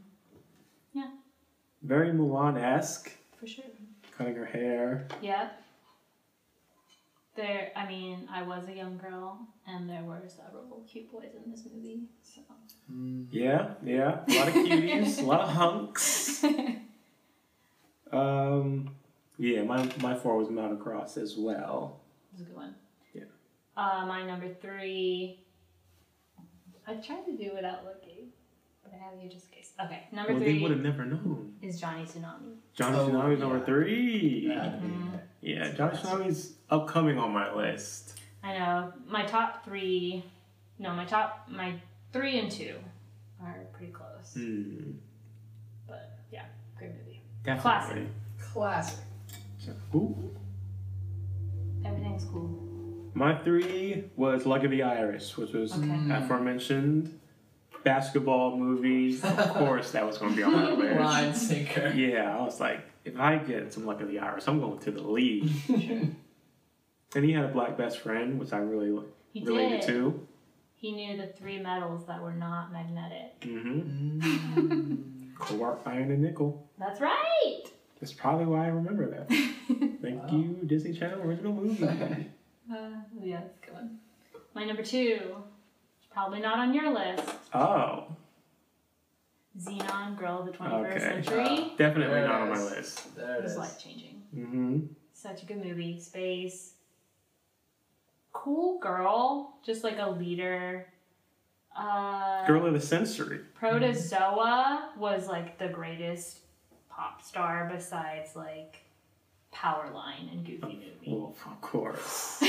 [SPEAKER 3] Very Mulan esque.
[SPEAKER 5] for sure.
[SPEAKER 3] Cutting her hair.
[SPEAKER 5] Yep. There, I mean, I was a young girl, and there were several cute boys in this movie. So.
[SPEAKER 2] Hmm,
[SPEAKER 3] Yeah, yeah. A lot of cuties. a lot of hunks. Um, yeah, my my four was motocross as well.
[SPEAKER 5] It's a good one.
[SPEAKER 3] Yeah.
[SPEAKER 5] Uh, my number three. I tried to do without looking, but I have you just in case. Okay, number
[SPEAKER 3] well, they would
[SPEAKER 5] three
[SPEAKER 3] have never known.
[SPEAKER 5] is Johnny Tsunami.
[SPEAKER 3] Johnny
[SPEAKER 2] Oh,
[SPEAKER 3] Tsunami's
[SPEAKER 2] yeah.
[SPEAKER 3] number three.
[SPEAKER 2] That'd be
[SPEAKER 5] Mhm.
[SPEAKER 2] it.
[SPEAKER 3] yeah, Johnny Tsunami's upcoming on my list.
[SPEAKER 5] I know my top three. No, my top my three and two are pretty close,
[SPEAKER 3] Hmm.
[SPEAKER 5] but yeah, great movie.
[SPEAKER 3] Definitely.
[SPEAKER 2] Classic.
[SPEAKER 3] Ooh.
[SPEAKER 5] Everything's cool.
[SPEAKER 3] My three was Luck of the Irish, which was
[SPEAKER 5] Okay.
[SPEAKER 2] Hmm.
[SPEAKER 3] aforementioned basketball movie. Of course, that was going to be on my list.
[SPEAKER 2] Line sinker.
[SPEAKER 3] Yeah, I was like, if I get some Luck of the Irish, I'm going to the league.
[SPEAKER 2] Hmm.
[SPEAKER 3] and he had a black best friend, which I really
[SPEAKER 5] He
[SPEAKER 3] related
[SPEAKER 5] did.
[SPEAKER 3] to.
[SPEAKER 5] He knew the three metals that were not magnetic.
[SPEAKER 3] Mm-hmm.
[SPEAKER 2] Mm.
[SPEAKER 3] Quark, iron, and nickel.
[SPEAKER 5] That's right.
[SPEAKER 3] That's probably why I remember that. Thank
[SPEAKER 2] Wow.
[SPEAKER 3] you, Disney Channel original movie.
[SPEAKER 5] Uh, yeah, that's a good one. My number two, probably not on your list.
[SPEAKER 3] oh,
[SPEAKER 5] Xenon Girl of the 21st
[SPEAKER 3] Okay.
[SPEAKER 5] Century.
[SPEAKER 3] definitely
[SPEAKER 2] There it
[SPEAKER 3] not on my
[SPEAKER 2] is.
[SPEAKER 3] list.
[SPEAKER 2] There
[SPEAKER 5] It
[SPEAKER 2] it
[SPEAKER 5] was
[SPEAKER 2] is.
[SPEAKER 5] life changing.
[SPEAKER 3] Mm-hmm.
[SPEAKER 5] Such a good movie. Space. Cool girl. Just like a leader. Uh,
[SPEAKER 3] Girl of the Century.
[SPEAKER 5] Protozoa was like the greatest pop star besides like Powerline and Goofy Movie.
[SPEAKER 3] Well, of course.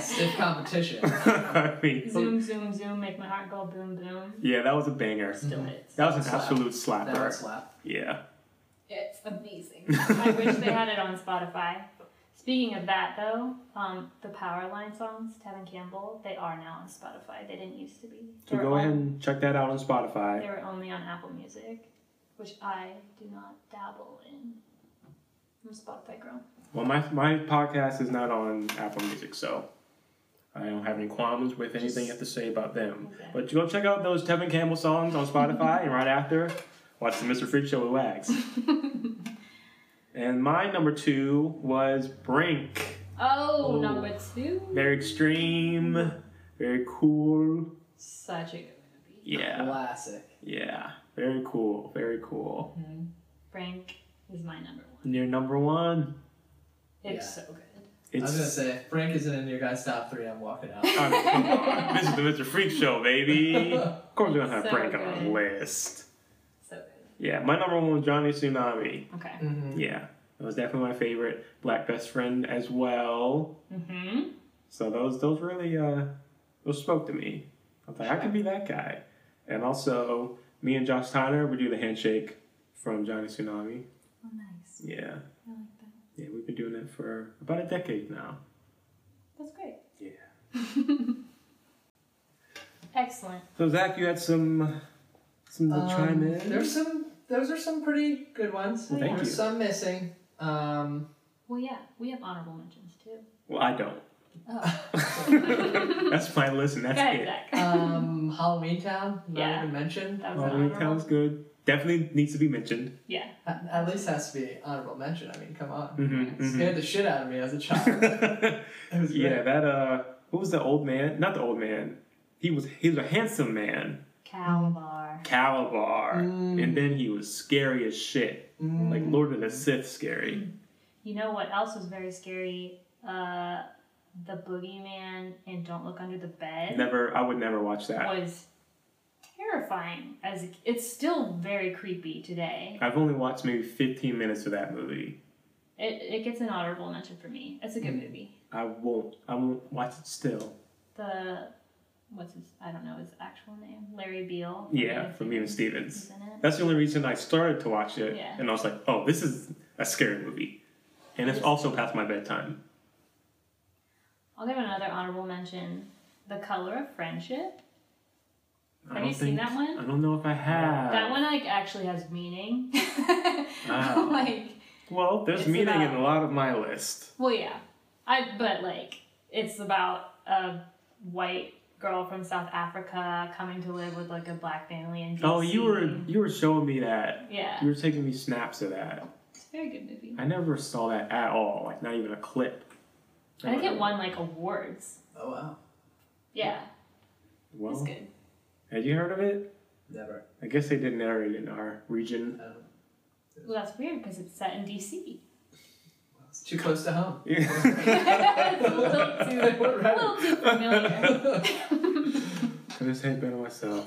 [SPEAKER 2] Stiff competition.
[SPEAKER 3] I mean,
[SPEAKER 5] zoom, zoom, zoom, make my heart go boom, boom.
[SPEAKER 3] yeah, that was a banger.
[SPEAKER 5] Still hits.
[SPEAKER 3] That was an
[SPEAKER 2] Slap.
[SPEAKER 3] absolute slapper.
[SPEAKER 2] that would slap.
[SPEAKER 3] yeah.
[SPEAKER 5] It's amazing. I wish they had it on Spotify. Speaking of that, though, um, the Powerline songs, Tevin Campbell, they are now on Spotify. They didn't used to be.
[SPEAKER 3] So
[SPEAKER 5] They
[SPEAKER 3] go
[SPEAKER 5] were
[SPEAKER 3] ahead
[SPEAKER 5] on-
[SPEAKER 3] and check that out on
[SPEAKER 5] They
[SPEAKER 3] Spotify.
[SPEAKER 5] were only on Apple Music, which I do not dabble in. I'm a Spotify girl.
[SPEAKER 3] Well, my my podcast is not on Apple Music, so I don't have any qualms with anything you have to say about them.
[SPEAKER 5] Okay.
[SPEAKER 3] But go check out those Tevin Campbell songs on Spotify, and right after, watch the Mr. Freak Show with Wags. and my number two was Brink.
[SPEAKER 5] Oh,
[SPEAKER 3] Oh.
[SPEAKER 5] number two.
[SPEAKER 3] Very extreme, very cool.
[SPEAKER 5] Such a good movie.
[SPEAKER 3] Yeah,
[SPEAKER 2] Classic.
[SPEAKER 3] yeah. Very cool, very cool.
[SPEAKER 5] Frank is my number one.
[SPEAKER 3] And your number one,
[SPEAKER 5] It's
[SPEAKER 2] Yeah.
[SPEAKER 5] so good.
[SPEAKER 2] I was
[SPEAKER 3] it's.
[SPEAKER 2] gonna say, if Frank isn't in your guys' top three, I'm walking out.
[SPEAKER 3] I mean, come on. This is the Mr. Freak Show, baby. Of course, we're gonna have
[SPEAKER 5] So
[SPEAKER 3] Brink on our
[SPEAKER 5] good.
[SPEAKER 3] list.
[SPEAKER 5] So good.
[SPEAKER 3] Yeah, my number one was Johnny Tsunami.
[SPEAKER 5] Okay.
[SPEAKER 2] Mhm.
[SPEAKER 3] Yeah, that was definitely my favorite. Black Best Friend as well.
[SPEAKER 5] Mm-hmm.
[SPEAKER 3] So those those really uh those spoke to me. I was like, I could be that guy. And also me and Josh Tyner we do the handshake from Johnny Tsunami.
[SPEAKER 5] Oh, nice.
[SPEAKER 3] Yeah.
[SPEAKER 5] I like that.
[SPEAKER 3] Yeah, we've been doing that for about a decade now.
[SPEAKER 5] That's great.
[SPEAKER 3] Yeah.
[SPEAKER 5] Excellent.
[SPEAKER 3] So Zach, you had some some to
[SPEAKER 2] Um,
[SPEAKER 3] chime in.
[SPEAKER 2] There's some. Those are some pretty good ones.
[SPEAKER 3] Well, thank
[SPEAKER 2] There's
[SPEAKER 3] you.
[SPEAKER 2] some missing. Um,
[SPEAKER 5] Well, yeah, we have honorable mentions too.
[SPEAKER 3] Well I don't.
[SPEAKER 5] Oh.
[SPEAKER 2] Oh.
[SPEAKER 3] That's my list, and that's Uh,
[SPEAKER 5] Go ahead,
[SPEAKER 3] it.
[SPEAKER 5] Zach.
[SPEAKER 2] Um, Halloween Town, not
[SPEAKER 5] Yeah.
[SPEAKER 2] even mentioned.
[SPEAKER 5] that was an
[SPEAKER 3] Halloween
[SPEAKER 5] honorable-
[SPEAKER 3] Town's good. Definitely needs to be mentioned.
[SPEAKER 5] Yeah.
[SPEAKER 2] At, at least has to be honorable mention. I mean, come on.
[SPEAKER 3] Mm-hmm,
[SPEAKER 2] Scared the shit out of me as a child. it
[SPEAKER 3] mm-hmm.
[SPEAKER 2] was
[SPEAKER 3] yeah,
[SPEAKER 2] yeah.
[SPEAKER 3] that uh, who was the old man? Not the old man. He was he was a handsome man,
[SPEAKER 5] Calabar.
[SPEAKER 3] Calabar,
[SPEAKER 2] Mm.
[SPEAKER 3] and then he was scary as shit, like Lord of the Sith scary.
[SPEAKER 5] You know what else was very scary? Uh, the boogeyman and Don't Look Under the
[SPEAKER 2] Mm.
[SPEAKER 5] Bed
[SPEAKER 3] Never, I would never watch that.
[SPEAKER 5] was terrifying. As a- it's still very creepy today.
[SPEAKER 3] I've only watched maybe 15 minutes of that movie.
[SPEAKER 5] It, it gets an honorable mention for me. It's a good
[SPEAKER 3] Mm.
[SPEAKER 5] movie.
[SPEAKER 3] I won't, I won't watch it still.
[SPEAKER 5] The what's his? I don't know his actual name. Larry Beal.
[SPEAKER 3] Yeah, from Even Stevens.
[SPEAKER 5] Is in it.
[SPEAKER 3] That's the only reason I started to watch it,
[SPEAKER 5] Yeah.
[SPEAKER 3] and I was like, oh, this is a scary movie, and it's also past my bedtime.
[SPEAKER 5] I'll give another honorable mention. The Color of Friendship.
[SPEAKER 3] I
[SPEAKER 5] Have
[SPEAKER 3] don't
[SPEAKER 5] you seen
[SPEAKER 3] think-
[SPEAKER 5] that one?
[SPEAKER 3] I don't know if I have.
[SPEAKER 5] That one like actually has meaning.
[SPEAKER 3] Wow.
[SPEAKER 5] like
[SPEAKER 3] Well, there's
[SPEAKER 5] It's
[SPEAKER 3] meaning in
[SPEAKER 5] about-
[SPEAKER 3] a lot of my list.
[SPEAKER 5] Well, yeah, I but like it's about a white girl from South Africa coming to live with like a black family in DC.
[SPEAKER 3] Oh, you were you were showing me that.
[SPEAKER 5] yeah,
[SPEAKER 3] You were taking me snaps of that.
[SPEAKER 5] it's a very good movie.
[SPEAKER 3] I never saw that at all. Like not even a clip. Uh,
[SPEAKER 5] I think it won like awards.
[SPEAKER 2] Oh wow.
[SPEAKER 5] Yeah,
[SPEAKER 3] Well,
[SPEAKER 5] it's good.
[SPEAKER 3] had you heard of it?
[SPEAKER 2] Never.
[SPEAKER 3] I guess they didn't air it in our region.
[SPEAKER 2] Um,
[SPEAKER 5] Well, that's weird because it's set in DC.
[SPEAKER 2] it's too close to home.
[SPEAKER 3] Yeah.
[SPEAKER 5] it's a little too, a
[SPEAKER 2] Right.
[SPEAKER 5] little too familiar.
[SPEAKER 3] I just hate better myself.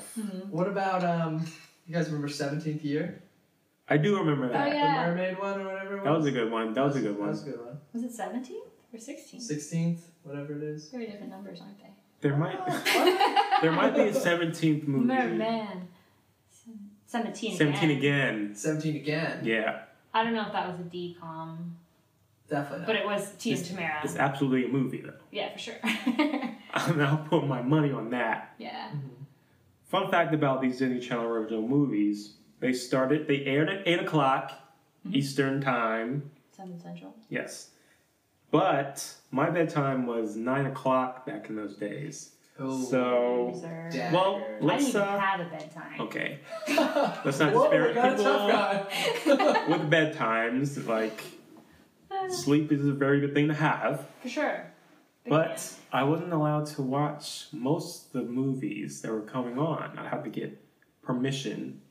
[SPEAKER 2] what about um? You guys remember Seventeenth Year?
[SPEAKER 3] I do remember
[SPEAKER 5] Oh,
[SPEAKER 3] that.
[SPEAKER 5] yeah.
[SPEAKER 2] The mermaid one or whatever. It
[SPEAKER 3] That was a good one. That was a good
[SPEAKER 2] That was
[SPEAKER 3] one.
[SPEAKER 2] a good one.
[SPEAKER 5] Was it seventeenth or sixteenth?
[SPEAKER 2] Sixteenth, whatever it is.
[SPEAKER 5] Very different numbers, aren't they?
[SPEAKER 3] There might
[SPEAKER 5] Oh.
[SPEAKER 3] there might be a seventeenth movie.
[SPEAKER 5] Merman. Seventeen.
[SPEAKER 3] Seventeen
[SPEAKER 5] again.
[SPEAKER 3] again.
[SPEAKER 2] Seventeen again.
[SPEAKER 3] Yeah,
[SPEAKER 5] I don't know if that was a decom,
[SPEAKER 2] Definitely.
[SPEAKER 5] but it was Tia and Tamara.
[SPEAKER 3] it's absolutely a movie though.
[SPEAKER 5] Yeah, for sure.
[SPEAKER 3] I'll put my money on that.
[SPEAKER 5] yeah.
[SPEAKER 3] Mm-hmm. Fun fact about these Disney Channel original movies: they started, they aired at eight o'clock
[SPEAKER 5] Mm-hmm.
[SPEAKER 3] Eastern time.
[SPEAKER 5] Seven Central.
[SPEAKER 3] Yes, but my bedtime was nine o'clock back in those days.
[SPEAKER 2] oh.
[SPEAKER 3] So,
[SPEAKER 5] Loser.
[SPEAKER 2] Dad.
[SPEAKER 3] well,
[SPEAKER 2] I
[SPEAKER 5] I didn't
[SPEAKER 3] let's
[SPEAKER 5] even
[SPEAKER 3] uh,
[SPEAKER 5] have a bedtime.
[SPEAKER 3] okay,
[SPEAKER 2] Whoa,
[SPEAKER 3] let's not
[SPEAKER 2] we
[SPEAKER 3] disparage
[SPEAKER 2] got a
[SPEAKER 3] people
[SPEAKER 2] tough guy.
[SPEAKER 3] with bedtimes. Like
[SPEAKER 5] Uh,
[SPEAKER 3] sleep is a very good thing to have,
[SPEAKER 5] for sure. Big
[SPEAKER 3] but I wasn't allowed to watch most of the movies that were coming on. I had to get permission,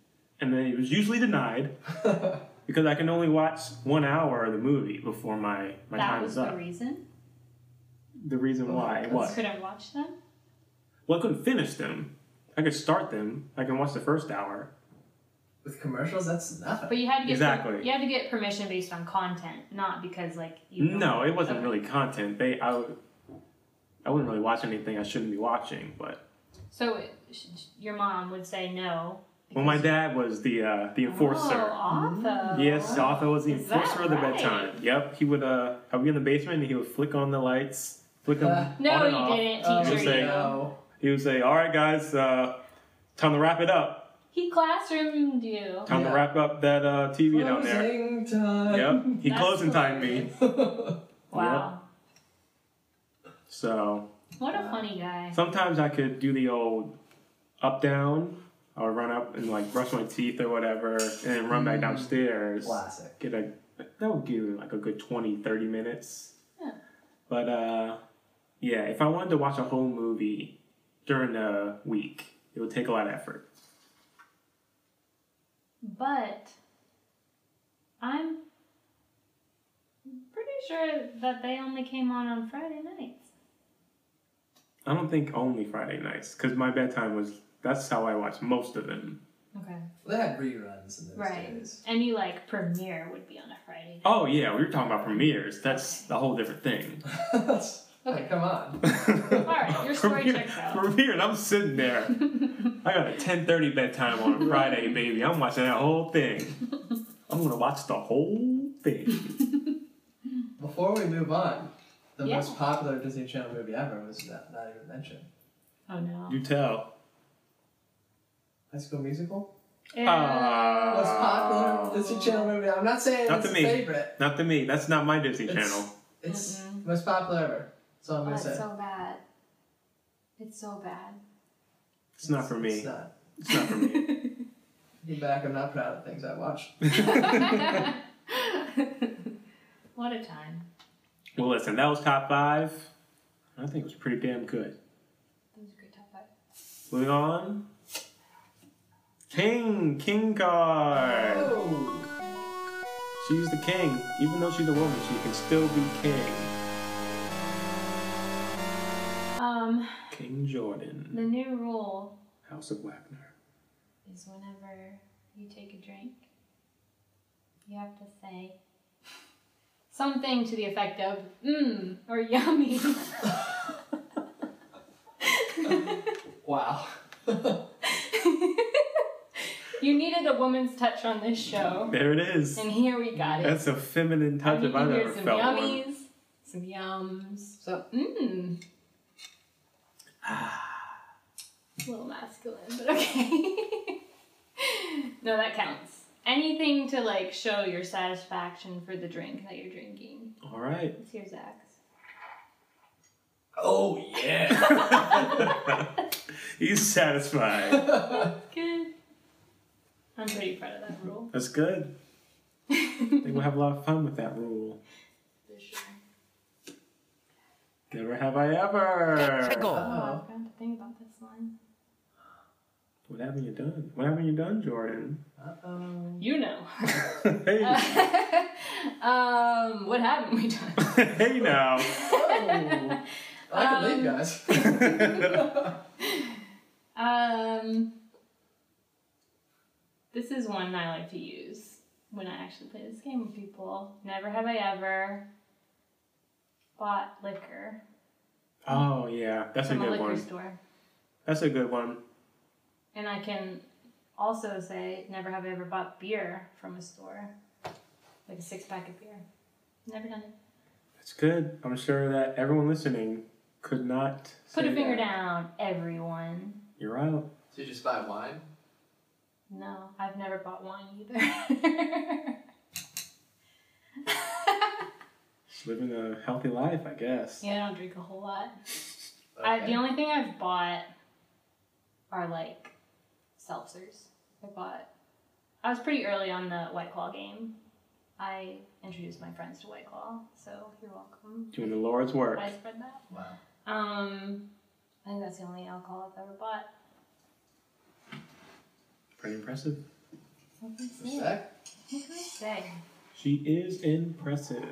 [SPEAKER 3] and then it was usually denied. because I can only watch one hour of the movie before my, my
[SPEAKER 5] fan.
[SPEAKER 3] time
[SPEAKER 5] that
[SPEAKER 3] is
[SPEAKER 5] was the
[SPEAKER 3] up.
[SPEAKER 5] reason
[SPEAKER 3] the reason why
[SPEAKER 2] Oh,
[SPEAKER 5] you
[SPEAKER 3] what?
[SPEAKER 5] couldn't watch them.
[SPEAKER 3] Well, I couldn't finish them. I could start them. I can watch the first hour.
[SPEAKER 2] With commercials, that's nothing.
[SPEAKER 5] But you had to get
[SPEAKER 3] Exactly.
[SPEAKER 5] you had to get permission based on content, not because like you.
[SPEAKER 3] No, it wasn't
[SPEAKER 5] Okay.
[SPEAKER 3] really content. They I would, I wouldn't really watch anything I shouldn't be watching. But
[SPEAKER 5] So it, sh- sh- your mom would say no.
[SPEAKER 3] well, my dad was the uh, the
[SPEAKER 5] Oh,
[SPEAKER 3] enforcer.
[SPEAKER 5] Otho.
[SPEAKER 3] Yes, Otho was the
[SPEAKER 5] Is that
[SPEAKER 3] enforcer of the
[SPEAKER 5] right?
[SPEAKER 3] bedtime. Yep, he would. Uh, I would be in the basement and he would flick on the lights, flick them
[SPEAKER 2] Uh,
[SPEAKER 5] No,
[SPEAKER 3] on and
[SPEAKER 5] you
[SPEAKER 3] off.
[SPEAKER 5] didn't,
[SPEAKER 2] Oh,
[SPEAKER 5] teacher.
[SPEAKER 3] You're saying-
[SPEAKER 5] you.
[SPEAKER 2] no.
[SPEAKER 3] He would say, "All right, guys, uh, time to wrap it up."
[SPEAKER 5] He classroomed you.
[SPEAKER 3] Time
[SPEAKER 2] Yeah.
[SPEAKER 3] to wrap up that uh, TV down there.
[SPEAKER 2] Closing time.
[SPEAKER 3] Yep, he
[SPEAKER 5] That's
[SPEAKER 3] closing timed me.
[SPEAKER 5] hilarious.
[SPEAKER 2] Yep.
[SPEAKER 5] Wow.
[SPEAKER 3] So
[SPEAKER 5] What a funny guy.
[SPEAKER 3] sometimes I could do the old up down. I would run up and like brush my teeth or whatever, and then run
[SPEAKER 5] Mm.
[SPEAKER 3] back downstairs.
[SPEAKER 2] Classic.
[SPEAKER 3] Get a that would give me like a good 20, 30 minutes.
[SPEAKER 5] Yeah.
[SPEAKER 3] But uh, yeah, if I wanted to watch a whole movie during the week, it would take a lot of effort.
[SPEAKER 5] But I'm pretty sure that they only came on on Friday nights.
[SPEAKER 3] I don't think only Friday nights, because my bedtime was that's how I watched most of them.
[SPEAKER 5] Okay.
[SPEAKER 2] They had reruns in those
[SPEAKER 5] Right.
[SPEAKER 2] days.
[SPEAKER 5] Any like premiere would be on a Friday. night.
[SPEAKER 3] Oh yeah, we were talking about premieres. That's a whole different thing.
[SPEAKER 2] Like, come on.
[SPEAKER 5] All right, your story
[SPEAKER 3] Premiere-
[SPEAKER 5] checks out.
[SPEAKER 3] premiere, and I'm sitting there. I got a 10:30 bedtime on a Friday, baby. I'm watching that whole thing. I'm gonna watch the whole thing.
[SPEAKER 2] Before we move on, the
[SPEAKER 5] Yeah.
[SPEAKER 2] most popular Disney Channel movie ever was not, not even mentioned.
[SPEAKER 5] Oh no.
[SPEAKER 3] You tell.
[SPEAKER 2] High School Musical?
[SPEAKER 5] Eh,
[SPEAKER 3] Ah.
[SPEAKER 2] most popular Disney Channel movie. I'm not saying
[SPEAKER 3] Not
[SPEAKER 2] it's
[SPEAKER 3] to
[SPEAKER 2] the
[SPEAKER 3] me.
[SPEAKER 2] favorite.
[SPEAKER 3] Not to me. That's not my Disney
[SPEAKER 2] It's-
[SPEAKER 3] Channel.
[SPEAKER 2] It's
[SPEAKER 5] Mm-mm.
[SPEAKER 2] most popular ever. That's all I'm
[SPEAKER 5] Oh,
[SPEAKER 2] gonna
[SPEAKER 5] it's
[SPEAKER 2] say.
[SPEAKER 5] so bad. It's so bad.
[SPEAKER 3] It's not for
[SPEAKER 2] It's
[SPEAKER 3] me.
[SPEAKER 2] not.
[SPEAKER 3] It's not for me.
[SPEAKER 2] Looking back, I'm not proud of things I watched.
[SPEAKER 5] what a time.
[SPEAKER 3] Well, listen, that was top five. I think it was pretty damn good.
[SPEAKER 5] That was a great top five.
[SPEAKER 3] Moving on. King, King card.
[SPEAKER 2] Oh,
[SPEAKER 3] She's the king. Even though she's a woman, she can still be king.
[SPEAKER 5] Um,
[SPEAKER 3] King Jordan,
[SPEAKER 5] the new rule
[SPEAKER 3] House of Wagner.
[SPEAKER 5] is whenever you take a drink, you have to say something to the effect of mmm or yummy.
[SPEAKER 2] wow.
[SPEAKER 5] you needed a woman's touch on this show,
[SPEAKER 3] There it is.
[SPEAKER 5] Oh. and here we got it.
[SPEAKER 3] That's a feminine
[SPEAKER 5] I
[SPEAKER 3] touch
[SPEAKER 5] mean,
[SPEAKER 3] if I've
[SPEAKER 5] here's
[SPEAKER 3] ever
[SPEAKER 5] some
[SPEAKER 3] felt
[SPEAKER 5] yummies,
[SPEAKER 3] one.
[SPEAKER 5] some yums, so mmm.
[SPEAKER 3] Ah.
[SPEAKER 5] A little masculine, but okay. no, that counts. Anything to like show your satisfaction for the drink that you're drinking.
[SPEAKER 3] All right.
[SPEAKER 5] Let's hear Zach's.
[SPEAKER 2] Oh yeah.
[SPEAKER 3] He's satisfied.
[SPEAKER 5] Good. I'm pretty proud of that rule. Oh,
[SPEAKER 3] That's good. I think we'll have a lot of fun with that rule.
[SPEAKER 5] For sure.
[SPEAKER 3] Never have I ever.
[SPEAKER 5] Oh,
[SPEAKER 2] oh,
[SPEAKER 5] I forgot to think about this line.
[SPEAKER 3] What haven't you done? What haven't you done, Jordan?
[SPEAKER 2] Uh-oh.
[SPEAKER 5] You know. Uh.
[SPEAKER 3] hey,
[SPEAKER 5] um, what haven't we done?
[SPEAKER 3] hey now.
[SPEAKER 2] Oh. I can leave, guys.
[SPEAKER 5] Um, this is one I like to use when I actually play this game with people. Never have I ever bought liquor
[SPEAKER 3] Oh yeah, that's a
[SPEAKER 5] from a
[SPEAKER 3] good
[SPEAKER 5] liquor
[SPEAKER 3] one.
[SPEAKER 5] store.
[SPEAKER 3] That's a good one.
[SPEAKER 5] And I can also say, never have I ever bought beer from a store, like a six pack of beer. Never done it.
[SPEAKER 3] That's good. I'm sure that everyone listening could not.
[SPEAKER 5] Put
[SPEAKER 3] say
[SPEAKER 5] a finger
[SPEAKER 3] that.
[SPEAKER 5] down, everyone.
[SPEAKER 3] You're out.
[SPEAKER 2] Did you just buy wine?
[SPEAKER 5] No, I've never bought wine either.
[SPEAKER 3] Just living a healthy life, I guess.
[SPEAKER 5] yeah, I don't drink a whole lot. I, the
[SPEAKER 2] Okay.
[SPEAKER 5] only thing I've bought are like seltzers. I bought. I was pretty early on the White Claw game. I introduced my friends to White Claw, so you're welcome.
[SPEAKER 3] Doing the Lord's work.
[SPEAKER 5] I spread that.
[SPEAKER 2] Wow.
[SPEAKER 5] Um, I think that's the only alcohol I've ever bought.
[SPEAKER 3] Pretty impressive.
[SPEAKER 5] What can I say?
[SPEAKER 2] Respect.
[SPEAKER 5] What can I say?
[SPEAKER 3] She is impressive.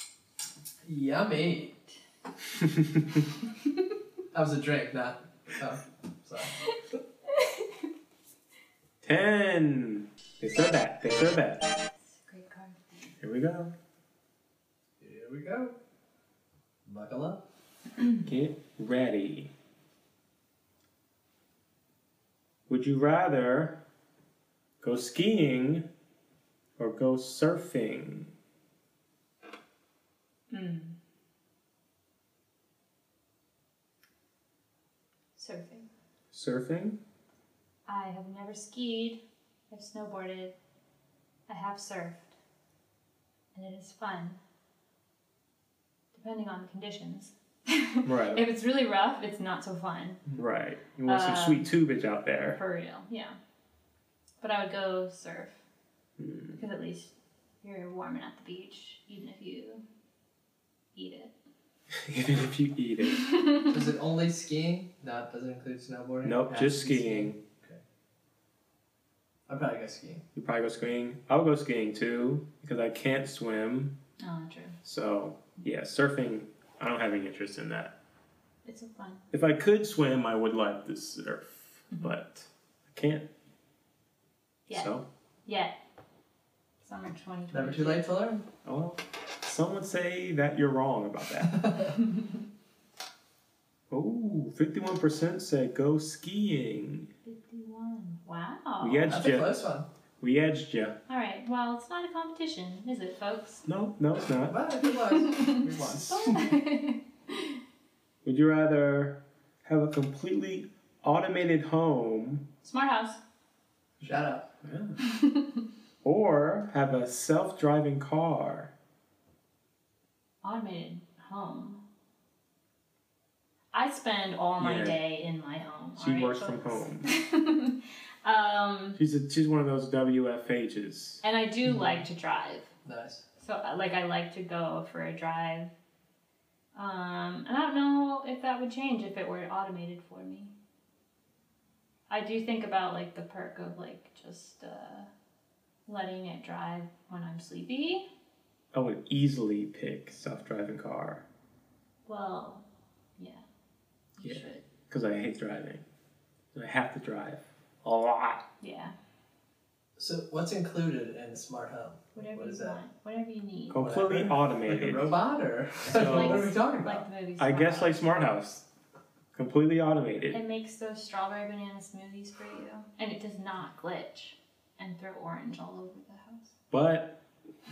[SPEAKER 2] Yummy. That was a drink, not. Oh, sorry.
[SPEAKER 3] Ten. This or that. This or that.
[SPEAKER 5] It's a great card.
[SPEAKER 3] Here we go.
[SPEAKER 2] Here we go. Buckle up.
[SPEAKER 3] Get ready. Would you rather go skiing or go surfing?
[SPEAKER 5] Mm. Surfing.
[SPEAKER 3] Surfing?
[SPEAKER 5] I have never skied. I've snowboarded. I have surfed. And it is fun. Depending on the conditions.
[SPEAKER 3] Right.
[SPEAKER 5] if it's really rough, it's not so fun.
[SPEAKER 3] Right. You want some
[SPEAKER 5] Uh,
[SPEAKER 3] sweet tubage out there.
[SPEAKER 5] For real, yeah. But I would go surf. Because at least you're warming at the beach, even if you eat it.
[SPEAKER 3] Even if you eat it.
[SPEAKER 2] Is it only skiing? No, it doesn't include snowboarding.
[SPEAKER 3] Nope,
[SPEAKER 2] Actually
[SPEAKER 3] just skiing.
[SPEAKER 2] I'd probably go skiing.
[SPEAKER 3] You probably go skiing. I'll go skiing too because I can't swim.
[SPEAKER 5] Oh, true.
[SPEAKER 3] So, yeah, surfing, I don't have any interest in that.
[SPEAKER 5] It's so fun.
[SPEAKER 3] If I could swim, I would like to surf, but I can't.
[SPEAKER 5] Mm-hmm. Yeah.
[SPEAKER 3] So,
[SPEAKER 5] Yet. Summer 2020.
[SPEAKER 2] Never too late to learn.
[SPEAKER 3] oh well. Some would say that you're wrong about that. oh, 51% said go skiing.
[SPEAKER 5] 51. Wow.
[SPEAKER 3] We edged
[SPEAKER 2] Oh, That's a
[SPEAKER 3] you.
[SPEAKER 2] close one.
[SPEAKER 3] We edged you.
[SPEAKER 5] All right. Well, it's not a competition, is it, folks?
[SPEAKER 3] No, no, it's not.
[SPEAKER 2] But if it was, we won.
[SPEAKER 3] Would you rather have a completely automated home
[SPEAKER 5] Smart house.
[SPEAKER 2] Shout out.
[SPEAKER 3] or have a self driving car?
[SPEAKER 5] Automated home. I spend all my
[SPEAKER 3] Yeah.
[SPEAKER 5] day in my home.
[SPEAKER 3] She
[SPEAKER 5] all
[SPEAKER 3] works from
[SPEAKER 5] home. um,
[SPEAKER 3] She's a, she's one of those WFHs.
[SPEAKER 5] and I
[SPEAKER 3] Mm-hmm.
[SPEAKER 5] do like to drive.
[SPEAKER 2] Nice.
[SPEAKER 5] So uh, like I like to go for a drive. Um, and I don't know if that would change if it were automated for me. I do think about like the perk of like just uh, letting it drive when I'm sleepy.
[SPEAKER 3] I would easily pick self-driving car
[SPEAKER 5] Well, yeah. You
[SPEAKER 3] Yeah.
[SPEAKER 5] should.
[SPEAKER 3] because I hate driving. So I have to drive a lot.
[SPEAKER 5] Yeah.
[SPEAKER 2] So what's included in smart home?
[SPEAKER 5] Whatever
[SPEAKER 2] What
[SPEAKER 5] you
[SPEAKER 2] is that?
[SPEAKER 5] want. Whatever you need.
[SPEAKER 3] Completely
[SPEAKER 2] Whatever. Like a
[SPEAKER 3] automated.
[SPEAKER 2] robot or what are we talking about?
[SPEAKER 5] Like the movie
[SPEAKER 3] I guess
[SPEAKER 5] Smile.
[SPEAKER 3] like Smart House, completely automated.
[SPEAKER 5] It makes those strawberry banana smoothies for you, and it does not glitch and throw orange all over the house.
[SPEAKER 3] But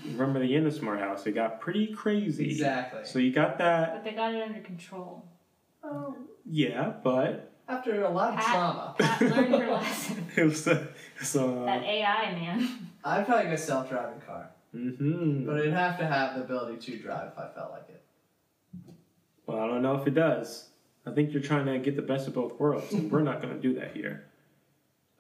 [SPEAKER 3] remember the end of Smart House, it got pretty crazy.
[SPEAKER 2] Exactly.
[SPEAKER 3] So you got that,
[SPEAKER 5] But they got it under control. Oh.
[SPEAKER 3] yeah, but
[SPEAKER 2] After a lot of
[SPEAKER 5] Pat-
[SPEAKER 2] trauma,
[SPEAKER 5] Pat learned her lesson.
[SPEAKER 3] it was uh, so.
[SPEAKER 5] That AI man.
[SPEAKER 2] I'd probably go self-driving car,
[SPEAKER 3] hmm
[SPEAKER 2] but it'd have to have the ability to drive if I felt like it.
[SPEAKER 3] Well, I don't know if it does. I think you're trying to get the best of both worlds, and we're not going to do that here.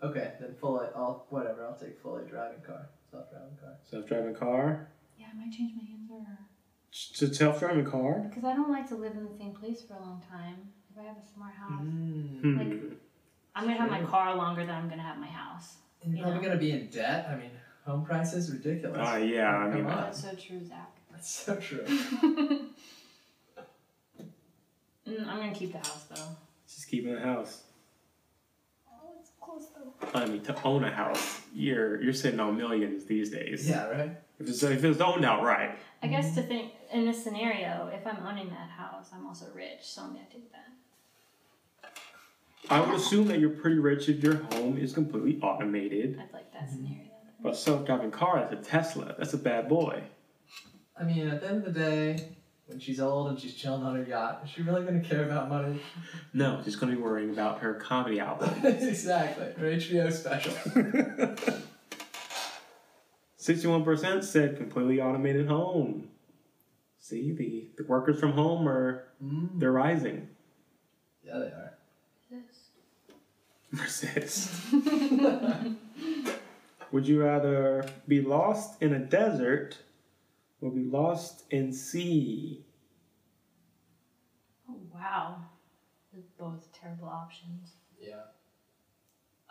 [SPEAKER 2] Okay, then fully, I'll whatever. I'll take fully driving car, self-driving car.
[SPEAKER 3] Self-driving car.
[SPEAKER 5] Yeah, I might change my answer
[SPEAKER 3] S- To self-driving car.
[SPEAKER 5] because I don't like to live in the same place for a long time. If I have a smart house,
[SPEAKER 2] Mm.
[SPEAKER 3] Hmm.
[SPEAKER 5] Like- I'm gonna have my car longer than I'm gonna have my house.
[SPEAKER 2] And you're
[SPEAKER 5] Yeah.
[SPEAKER 2] probably gonna be in debt. I mean, home prices ridiculous.
[SPEAKER 3] Ah, yeah. I
[SPEAKER 2] Come
[SPEAKER 3] mean,
[SPEAKER 2] on.
[SPEAKER 5] That's so true, Zach.
[SPEAKER 2] That's so true.
[SPEAKER 5] Mm, I'm gonna keep the house though.
[SPEAKER 3] just keeping a house.
[SPEAKER 5] Oh, it's close though.
[SPEAKER 3] I mean, to own a house, you're you're sitting on millions these days.
[SPEAKER 2] yeah, right.
[SPEAKER 3] If it's if it's owned outright,
[SPEAKER 5] I guess to think in this scenario, if I'm owning that house, I'm also rich, so I'm gonna take that.
[SPEAKER 3] I would assume that you're pretty rich if your home is completely automated.
[SPEAKER 5] I'd like that scenario.
[SPEAKER 3] But self-driving car, that's a Tesla. That's a bad boy.
[SPEAKER 2] I mean, at the end of the day, when she's old and she's chilling on her yacht, is she really gonna care about money?
[SPEAKER 3] No, she's going to be worrying about her comedy album.
[SPEAKER 2] exactly. Her HBO special.
[SPEAKER 3] 61% said completely automated home. See, the, the workers from home are
[SPEAKER 2] Mm,
[SPEAKER 3] they're rising.
[SPEAKER 2] yeah, they are.
[SPEAKER 3] Persist. Would you rather be lost in a desert or be lost in sea?
[SPEAKER 5] Oh wow, Those are both terrible options.
[SPEAKER 2] Yeah.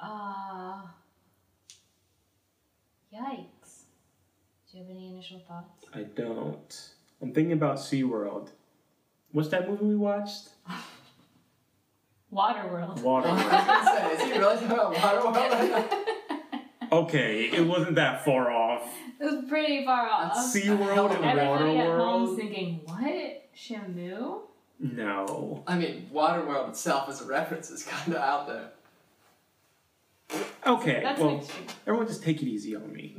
[SPEAKER 5] Uh, yikes. Do you have any initial thoughts?
[SPEAKER 3] I don't. I'm thinking about SeaWorld. What's that movie we watched?
[SPEAKER 5] Waterworld.
[SPEAKER 2] I
[SPEAKER 3] Water.
[SPEAKER 2] was gonna say, is he really talking about Waterworld right now?
[SPEAKER 3] okay, it wasn't that far off.
[SPEAKER 5] It was pretty far off.
[SPEAKER 3] SeaWorld and
[SPEAKER 5] Everybody at home's
[SPEAKER 3] Waterworld?
[SPEAKER 5] thinking, what? Shamu?
[SPEAKER 3] No.
[SPEAKER 2] I mean, Waterworld itself as a reference is kind of out there.
[SPEAKER 3] Okay,
[SPEAKER 5] That's
[SPEAKER 3] well,
[SPEAKER 5] next year.
[SPEAKER 3] everyone just take it easy on me.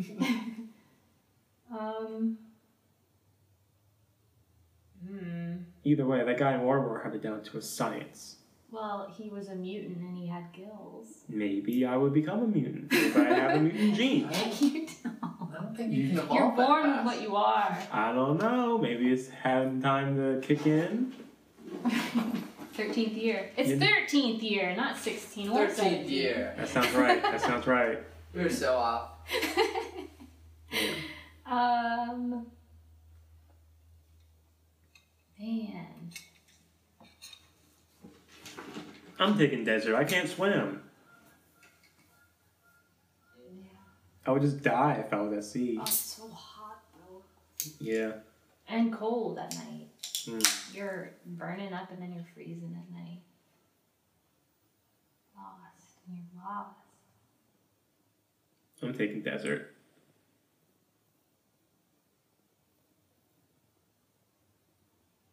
[SPEAKER 5] Um. Hmm.
[SPEAKER 3] Either way, that guy in Warlord had it down to a science.
[SPEAKER 5] Well, he was a mutant and he had gills.
[SPEAKER 3] Maybe I would become a mutant if I have a mutant gene.
[SPEAKER 5] you don't.
[SPEAKER 2] I don't think you can evolve
[SPEAKER 5] You're
[SPEAKER 2] that
[SPEAKER 5] born with
[SPEAKER 2] fast.
[SPEAKER 5] what you are.
[SPEAKER 3] I don't know. Maybe it's having time to kick in.
[SPEAKER 5] 13th year. It's
[SPEAKER 3] You-
[SPEAKER 5] 13th year, not 16 or
[SPEAKER 2] 13th
[SPEAKER 5] 17.
[SPEAKER 2] year.
[SPEAKER 3] That sounds right. That sounds right.
[SPEAKER 2] We were so off.
[SPEAKER 5] um, man,
[SPEAKER 3] I'm taking desert. I can't swim. I would just die if I was at sea.
[SPEAKER 5] oh, it's so hot though,
[SPEAKER 3] Yeah.
[SPEAKER 5] and cold at night.
[SPEAKER 3] Mm.
[SPEAKER 5] You're burning up and then you're freezing at night. Lost, and you're lost.
[SPEAKER 3] I'm taking desert.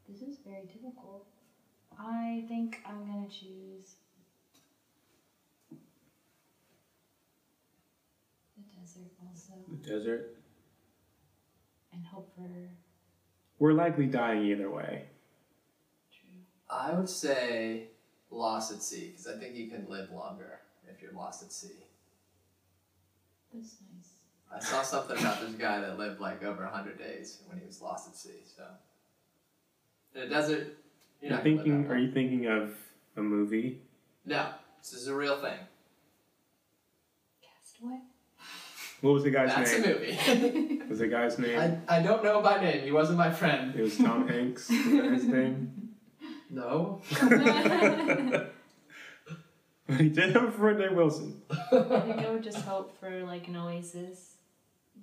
[SPEAKER 5] This is very difficult. I think I'm gonna choose the desert also,
[SPEAKER 3] Desert.
[SPEAKER 5] and hope for
[SPEAKER 3] We're likely dying either way.
[SPEAKER 5] true.
[SPEAKER 2] I would say lost at sea, because I think you can live longer if you're lost at sea.
[SPEAKER 5] That's nice.
[SPEAKER 2] I saw something about this guy that lived like over 100 days when he was lost at sea. So, in a desert, You're not gonna
[SPEAKER 3] you
[SPEAKER 2] live
[SPEAKER 3] thinking?
[SPEAKER 2] that
[SPEAKER 3] Are you thinking of a movie?
[SPEAKER 2] No, this is a real thing.
[SPEAKER 5] Castaway.
[SPEAKER 3] What was the guy's
[SPEAKER 2] That's
[SPEAKER 3] name?
[SPEAKER 2] a movie.
[SPEAKER 3] Was the guy's name?
[SPEAKER 2] I, I don't know by name. He wasn't my friend.
[SPEAKER 3] It was Tom Hanks. Was that his name?
[SPEAKER 2] No.
[SPEAKER 3] But he did have Renee Wilson.
[SPEAKER 5] I think I would just hope for like an oasis,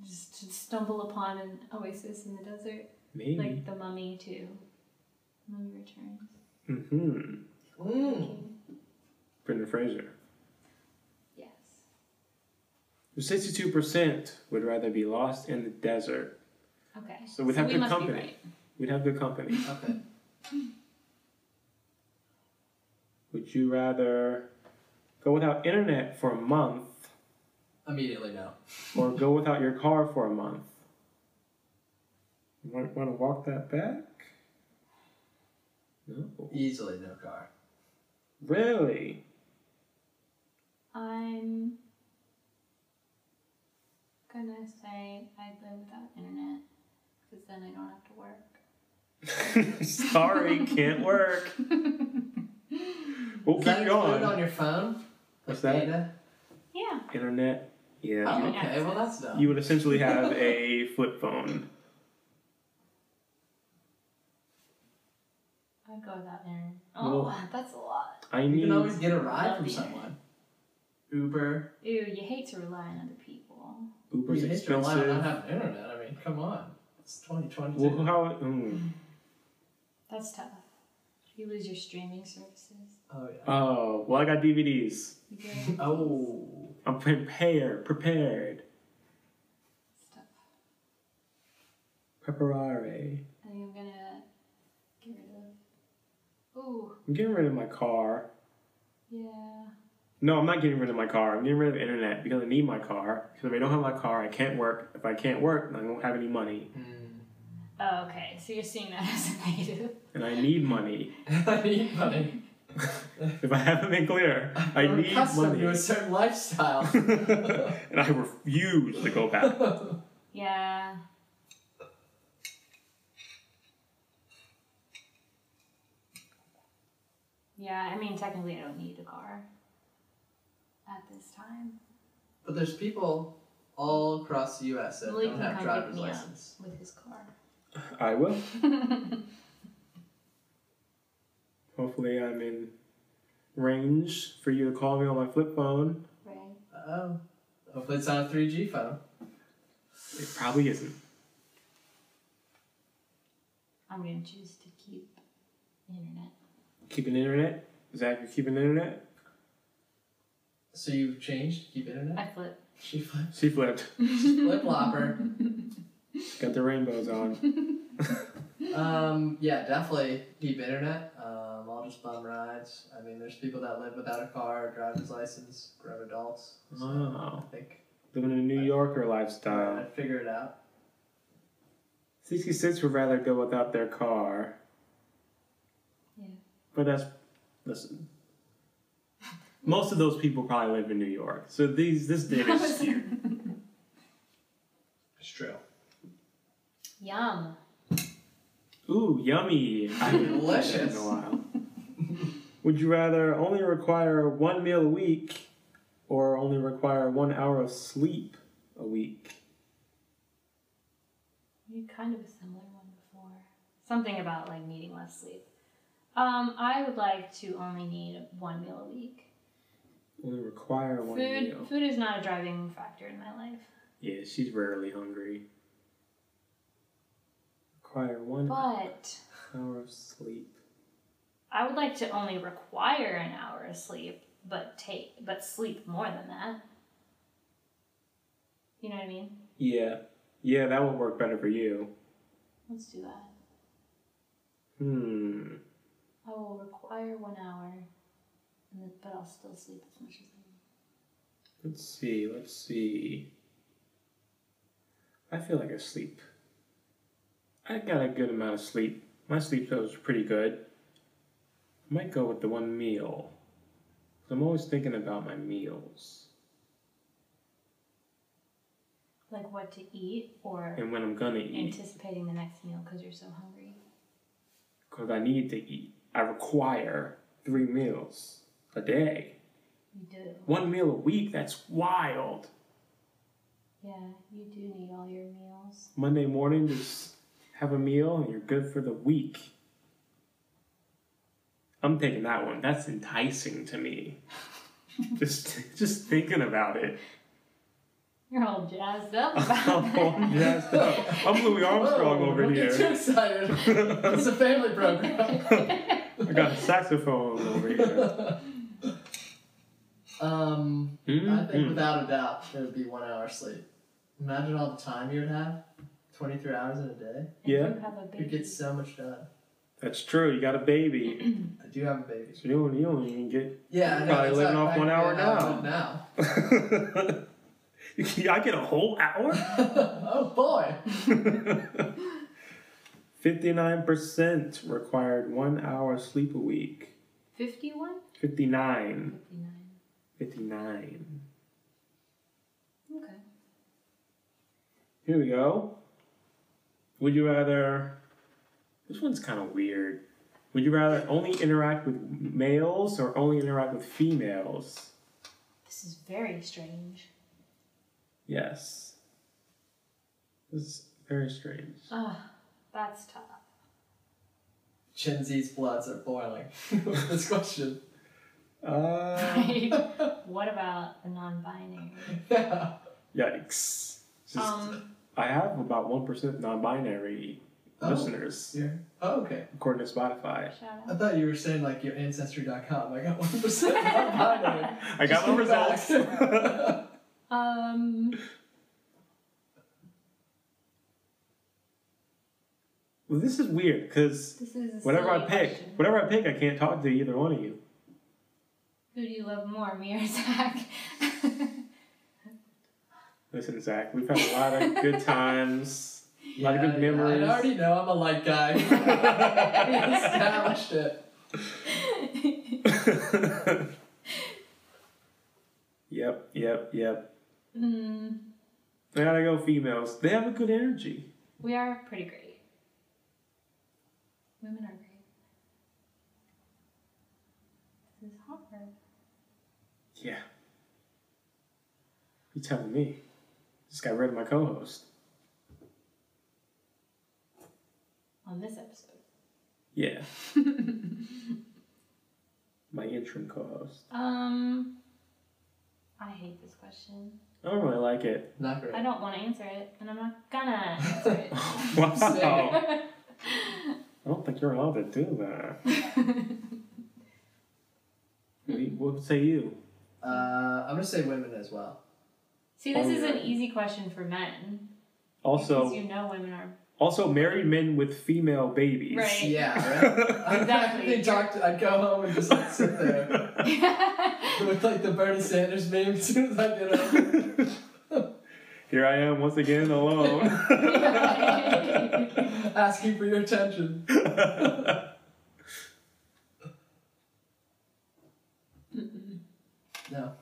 [SPEAKER 5] just to stumble upon an oasis in the desert,
[SPEAKER 3] Maybe.
[SPEAKER 5] like the Mummy too. Mummy Returns.
[SPEAKER 3] mm-hmm.
[SPEAKER 2] Mm.
[SPEAKER 3] Brendan Fraser.
[SPEAKER 5] Yes.
[SPEAKER 3] Sixty-two percent would rather be lost in the desert.
[SPEAKER 5] Okay.
[SPEAKER 3] So we'd have
[SPEAKER 5] we
[SPEAKER 3] good
[SPEAKER 5] must be
[SPEAKER 3] company.
[SPEAKER 5] right.
[SPEAKER 3] We'd have good company.
[SPEAKER 2] Okay.
[SPEAKER 3] Would you rather go without internet for a month
[SPEAKER 2] Immediately no.
[SPEAKER 3] or go without your car for a month? You might want to walk that back? No.
[SPEAKER 2] Easily no car.
[SPEAKER 3] Really?
[SPEAKER 5] I'm gonna say I'd live without internet because then I don't have to work.
[SPEAKER 3] Sorry, can't work. We'll
[SPEAKER 2] Is that
[SPEAKER 3] keep
[SPEAKER 2] included
[SPEAKER 3] going.
[SPEAKER 2] on your phone?
[SPEAKER 3] What's
[SPEAKER 2] Like
[SPEAKER 3] that?
[SPEAKER 2] data?
[SPEAKER 5] Yeah.
[SPEAKER 3] Internet. Yeah.
[SPEAKER 2] Oh,
[SPEAKER 5] Internet
[SPEAKER 2] okay. Well, that's
[SPEAKER 5] access.
[SPEAKER 2] dumb.
[SPEAKER 3] You would essentially have a flip phone.
[SPEAKER 5] I'd go without internet. Oh,
[SPEAKER 3] Well-
[SPEAKER 5] wow, that's a lot.
[SPEAKER 3] I
[SPEAKER 2] You
[SPEAKER 3] need.
[SPEAKER 2] can always get a ride
[SPEAKER 5] Love
[SPEAKER 2] from
[SPEAKER 5] the
[SPEAKER 2] someone. Uber.
[SPEAKER 5] Ew, you hate to rely on other people.
[SPEAKER 3] Uber's
[SPEAKER 2] You hate to rely on Not
[SPEAKER 3] expensive.
[SPEAKER 2] having internet. I mean, come on. It's 2022.
[SPEAKER 3] Well, how? mm.
[SPEAKER 5] That's tough. If you lose your streaming services,
[SPEAKER 2] oh yeah.
[SPEAKER 3] Oh, well, I got DVDs.
[SPEAKER 5] you go.
[SPEAKER 2] Oh.
[SPEAKER 3] I'm prepared. Prepared.
[SPEAKER 5] It's tough.
[SPEAKER 3] Preparare.
[SPEAKER 5] I think I'm gonna get rid of. Ooh,
[SPEAKER 3] I'm getting rid of my car.
[SPEAKER 5] yeah.
[SPEAKER 3] No, I'm not getting rid of my car. I'm getting rid of internet because I need my car. Because if I don't have my car, I can't work. If I can't work, I won't have any money.
[SPEAKER 5] Oh, okay, so you're seeing that as a negative.
[SPEAKER 3] And I need money.
[SPEAKER 2] I need money.
[SPEAKER 3] If I haven't been clear, I
[SPEAKER 2] I'm
[SPEAKER 3] need
[SPEAKER 2] accustomed
[SPEAKER 3] money.
[SPEAKER 2] to a certain lifestyle.
[SPEAKER 3] and I refuse to go back.
[SPEAKER 5] Yeah. Yeah, I mean, technically, I don't need a car at this time
[SPEAKER 2] But there's people all across the U.S. that
[SPEAKER 5] Well, you
[SPEAKER 2] don't
[SPEAKER 5] can
[SPEAKER 2] have
[SPEAKER 5] come
[SPEAKER 2] driver's
[SPEAKER 5] pick me up.
[SPEAKER 2] license.
[SPEAKER 5] with his car.
[SPEAKER 3] I will. Hopefully, I'm in range for you to call me on my flip phone.
[SPEAKER 5] Right?
[SPEAKER 2] Oh, hopefully it's not a 3G phone.
[SPEAKER 3] It probably isn't.
[SPEAKER 5] I'm gonna choose to keep internet.
[SPEAKER 3] Keeping internet. Zach, you're keeping internet.
[SPEAKER 2] So you've changed. Keep internet.
[SPEAKER 5] I flip.
[SPEAKER 2] She flips.
[SPEAKER 3] She flipped.
[SPEAKER 2] Flip flopper.
[SPEAKER 3] Got the rainbows on.
[SPEAKER 2] Um, yeah, definitely keep internet. Um, I'll just bum rides. I mean, there's people that live without a car, or driver's license, grown adults. So
[SPEAKER 3] Wow.
[SPEAKER 2] I think
[SPEAKER 3] Living a New Yorker
[SPEAKER 2] I
[SPEAKER 3] lifestyle.
[SPEAKER 2] figure it out.
[SPEAKER 3] 66 would rather go without their car.
[SPEAKER 5] Yeah.
[SPEAKER 3] But that's. Listen. Most of those people probably live in New York. So these this data is skewed.
[SPEAKER 2] It's true.
[SPEAKER 5] Yum.
[SPEAKER 3] Ooh, yummy. I haven't had that in
[SPEAKER 2] Delicious.
[SPEAKER 3] a while. Would you rather only require one meal a week or only require one hour of sleep a week?
[SPEAKER 5] You had kind of a similar one before. Something about like needing less sleep. Um, I would like to only need one meal a week.
[SPEAKER 3] Only require one
[SPEAKER 5] Food
[SPEAKER 3] meal.
[SPEAKER 5] food is not a driving factor in my life.
[SPEAKER 3] Yeah, she's rarely hungry. Require one
[SPEAKER 5] But
[SPEAKER 3] hour of sleep.
[SPEAKER 5] I would like to only require an hour of sleep, but take but sleep more than that. You know what I mean?
[SPEAKER 3] Yeah. Yeah, that would work better for you.
[SPEAKER 5] Let's do that.
[SPEAKER 3] Hmm.
[SPEAKER 5] I will require one hour, and then, but I'll still sleep as much as I
[SPEAKER 3] Let's see, let's see. I feel like I sleep. I got a good amount of sleep. My sleep goes pretty good. I might go with the one meal. 'Cause I'm always thinking about my meals
[SPEAKER 5] like what to eat or
[SPEAKER 3] and when I'm gonna eat.
[SPEAKER 5] anticipating the next meal because you're so hungry.
[SPEAKER 3] Because I need to eat. I require three meals a day.
[SPEAKER 5] You do.
[SPEAKER 3] One meal a week, that's wild.
[SPEAKER 5] Yeah, you do need all your meals.
[SPEAKER 3] Monday morning, just have a meal and you're good for the week. I'm taking that one. That's enticing to me. just just thinking about it.
[SPEAKER 5] You're all jazzed up about
[SPEAKER 3] I'm
[SPEAKER 5] that.
[SPEAKER 3] jazzed up. I'm Louis Armstrong
[SPEAKER 2] Whoa,
[SPEAKER 3] over
[SPEAKER 2] don't Get too
[SPEAKER 3] here.
[SPEAKER 2] excited. it's a family
[SPEAKER 3] Oh,
[SPEAKER 2] program.
[SPEAKER 3] I got a saxophone over here.
[SPEAKER 2] um, I think
[SPEAKER 3] Mhm.
[SPEAKER 2] without a doubt it would be one hour sleep. Imagine all the time you would have. Twenty three hours in a day.
[SPEAKER 5] And
[SPEAKER 3] Yeah.
[SPEAKER 5] You have a baby.
[SPEAKER 2] You get so much done.
[SPEAKER 3] That's true. You got a baby,
[SPEAKER 2] I do have a baby.
[SPEAKER 3] so you don't you don't even get.
[SPEAKER 2] Yeah, I know,
[SPEAKER 3] Probably
[SPEAKER 2] that's
[SPEAKER 3] living
[SPEAKER 2] how-
[SPEAKER 3] off
[SPEAKER 2] I
[SPEAKER 3] one hour
[SPEAKER 2] feel how I live
[SPEAKER 3] I get a whole hour.
[SPEAKER 2] Now. oh boy.
[SPEAKER 3] 59% required one hour sleep a week.
[SPEAKER 5] 51?
[SPEAKER 3] 59.
[SPEAKER 5] 59.
[SPEAKER 3] 59.
[SPEAKER 5] Okay.
[SPEAKER 3] Here we go. Would you rather. This one's kind of weird. Would you rather only interact with males or only interact with females?
[SPEAKER 5] This is very strange.
[SPEAKER 3] Yes. This is very strange.
[SPEAKER 5] Ugh, that's tough.
[SPEAKER 2] Gen Z's bloods are boiling. with this question.
[SPEAKER 3] Uh,
[SPEAKER 5] Like, what about the non binary?
[SPEAKER 2] Yeah.
[SPEAKER 3] yikes. Just-
[SPEAKER 5] Um,
[SPEAKER 3] I have about 1% non binary
[SPEAKER 2] Oh.
[SPEAKER 3] listeners,
[SPEAKER 2] Yeah. Oh, okay.
[SPEAKER 3] according to Spotify.
[SPEAKER 5] shout
[SPEAKER 2] I
[SPEAKER 5] out.
[SPEAKER 2] thought you were saying like your ancestry.com. I got one percent binary.
[SPEAKER 3] I got my results.
[SPEAKER 5] Um,
[SPEAKER 3] Well, this is weird because
[SPEAKER 5] this is a
[SPEAKER 3] whatever I
[SPEAKER 5] silly
[SPEAKER 3] pick,
[SPEAKER 5] question.
[SPEAKER 3] whatever I pick, I can't talk to either one of you.
[SPEAKER 5] Who do you love more, me or Zach?
[SPEAKER 3] Listen, Zach, we've had a lot of good times, a lot of good memories.
[SPEAKER 2] I already know I'm a light guy. we established it.
[SPEAKER 3] yep, yep, yep.
[SPEAKER 5] mm,
[SPEAKER 3] I gotta go females. They have a good energy.
[SPEAKER 5] we are pretty great. Women are great. This is hard.
[SPEAKER 3] Yeah. You telling me? Just got rid of my co-host.
[SPEAKER 5] on this episode.
[SPEAKER 3] Yeah. my interim co-host.
[SPEAKER 5] Um, I hate this question.
[SPEAKER 3] I don't really like it.
[SPEAKER 2] Not great.
[SPEAKER 5] I don't want to answer it, and I'm not gonna answer it.
[SPEAKER 3] Wow.
[SPEAKER 2] Same.
[SPEAKER 3] I don't think you're allowed to do that. We- What say you?
[SPEAKER 2] Uh, I'm gonna say women as well.
[SPEAKER 5] See, this
[SPEAKER 3] Oh,
[SPEAKER 5] is an
[SPEAKER 3] yeah.
[SPEAKER 5] easy question for men.
[SPEAKER 3] Also,
[SPEAKER 5] because you know women are.
[SPEAKER 3] Also, married men with female babies.
[SPEAKER 5] Right.
[SPEAKER 2] Yeah, right.
[SPEAKER 5] Exactly.
[SPEAKER 2] I'd, talk to, I'd go home and just like, sit there. Look like the Bernie Sanders meme as soon as I get home.
[SPEAKER 3] Here I am once again alone.
[SPEAKER 2] Asking for your attention. no.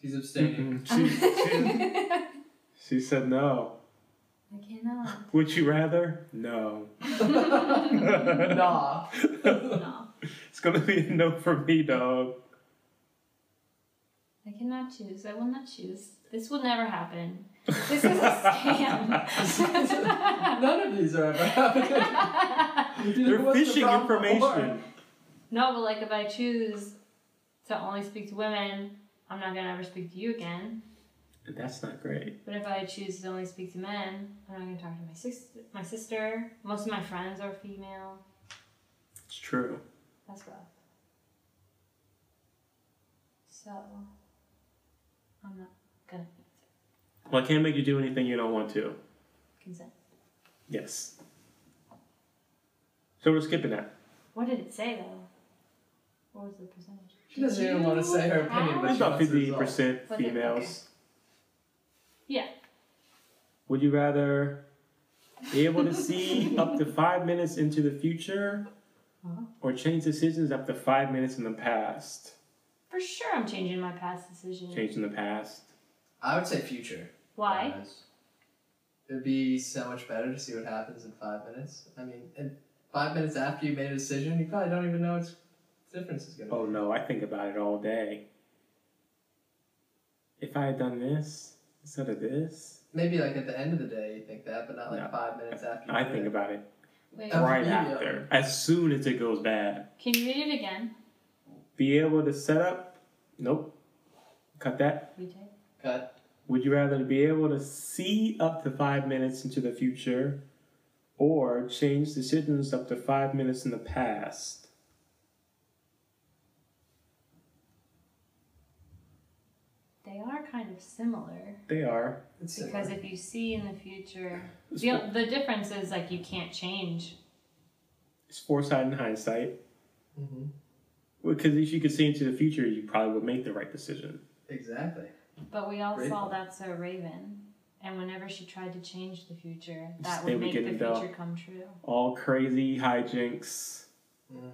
[SPEAKER 2] She's abstaining.
[SPEAKER 3] she, she, she said no.
[SPEAKER 5] I cannot.
[SPEAKER 3] Would you rather? No.
[SPEAKER 2] nah.
[SPEAKER 5] No,
[SPEAKER 3] It's gonna be a no for me, dog.
[SPEAKER 5] I cannot choose. I will not choose. This will never happen. This is a scam.
[SPEAKER 2] None of these are ever happening.
[SPEAKER 3] They're
[SPEAKER 2] What's the
[SPEAKER 3] fishing
[SPEAKER 2] problem?
[SPEAKER 3] information.
[SPEAKER 5] no, but like if I choose to only speak to women, I'm not gonna ever speak to you again.
[SPEAKER 3] And that's not great.
[SPEAKER 5] But if I choose to only speak to men, I'm not going to talk to my sis- my sister. Most of my friends are female.
[SPEAKER 3] It's true.
[SPEAKER 5] That's rough. So I'm not gonna answer.
[SPEAKER 3] Well, I can't make you do anything you don't want to.
[SPEAKER 5] consent.
[SPEAKER 3] Yes. So we're skipping that.
[SPEAKER 5] What did it say though? What was the percentage?
[SPEAKER 2] She doesn't even want to say her opinion, but
[SPEAKER 3] It's
[SPEAKER 2] she
[SPEAKER 3] about
[SPEAKER 2] wants the results.
[SPEAKER 3] 50%
[SPEAKER 5] Was it-
[SPEAKER 3] females.
[SPEAKER 5] Yeah.
[SPEAKER 3] Would you rather be able to see up to five minutes into the future
[SPEAKER 5] Uh-huh.
[SPEAKER 3] or change decisions up to five minutes in the past?
[SPEAKER 5] For sure, I'm changing my past decision.
[SPEAKER 3] Change in the past.
[SPEAKER 2] I would say future.
[SPEAKER 5] Why?
[SPEAKER 2] It would be so much better to see what happens in five minutes. I mean, and five minutes after you made a decision, you probably don't even know what difference is going to
[SPEAKER 3] Oh
[SPEAKER 2] be.
[SPEAKER 3] no, I think about it all day. If I had done this instead of this,
[SPEAKER 2] Maybe like at the end of the day you think that, but not like
[SPEAKER 3] No.
[SPEAKER 2] five minutes after you
[SPEAKER 3] I
[SPEAKER 2] did
[SPEAKER 3] think
[SPEAKER 2] it.
[SPEAKER 3] about it
[SPEAKER 5] Wait,
[SPEAKER 2] Um,
[SPEAKER 3] right
[SPEAKER 2] yeah.
[SPEAKER 3] after. As soon as it goes bad.
[SPEAKER 5] can you read it again?
[SPEAKER 3] Be able to set up? Nope. Cut that.
[SPEAKER 5] We did.
[SPEAKER 2] Cut.
[SPEAKER 3] Would you rather be able to see up to five minutes into the future or change decisions up to five minutes in the past?
[SPEAKER 5] They are kind of similar
[SPEAKER 3] They are.
[SPEAKER 2] It's
[SPEAKER 5] because
[SPEAKER 2] similar.
[SPEAKER 5] if you see in the future, the, the difference is like you can't change.
[SPEAKER 3] It's foresight and hindsight.
[SPEAKER 2] hmm
[SPEAKER 3] Because if you could see into the future, you probably would make the right decision.
[SPEAKER 2] Exactly.
[SPEAKER 5] But we all
[SPEAKER 2] Great
[SPEAKER 5] saw
[SPEAKER 2] point.
[SPEAKER 5] that's a raven, and whenever she tried to change the future,
[SPEAKER 3] Just
[SPEAKER 5] that
[SPEAKER 3] they
[SPEAKER 5] would
[SPEAKER 3] would
[SPEAKER 5] make
[SPEAKER 3] get
[SPEAKER 5] the
[SPEAKER 3] it all.
[SPEAKER 5] future come true.
[SPEAKER 3] All crazy hijinks.
[SPEAKER 5] I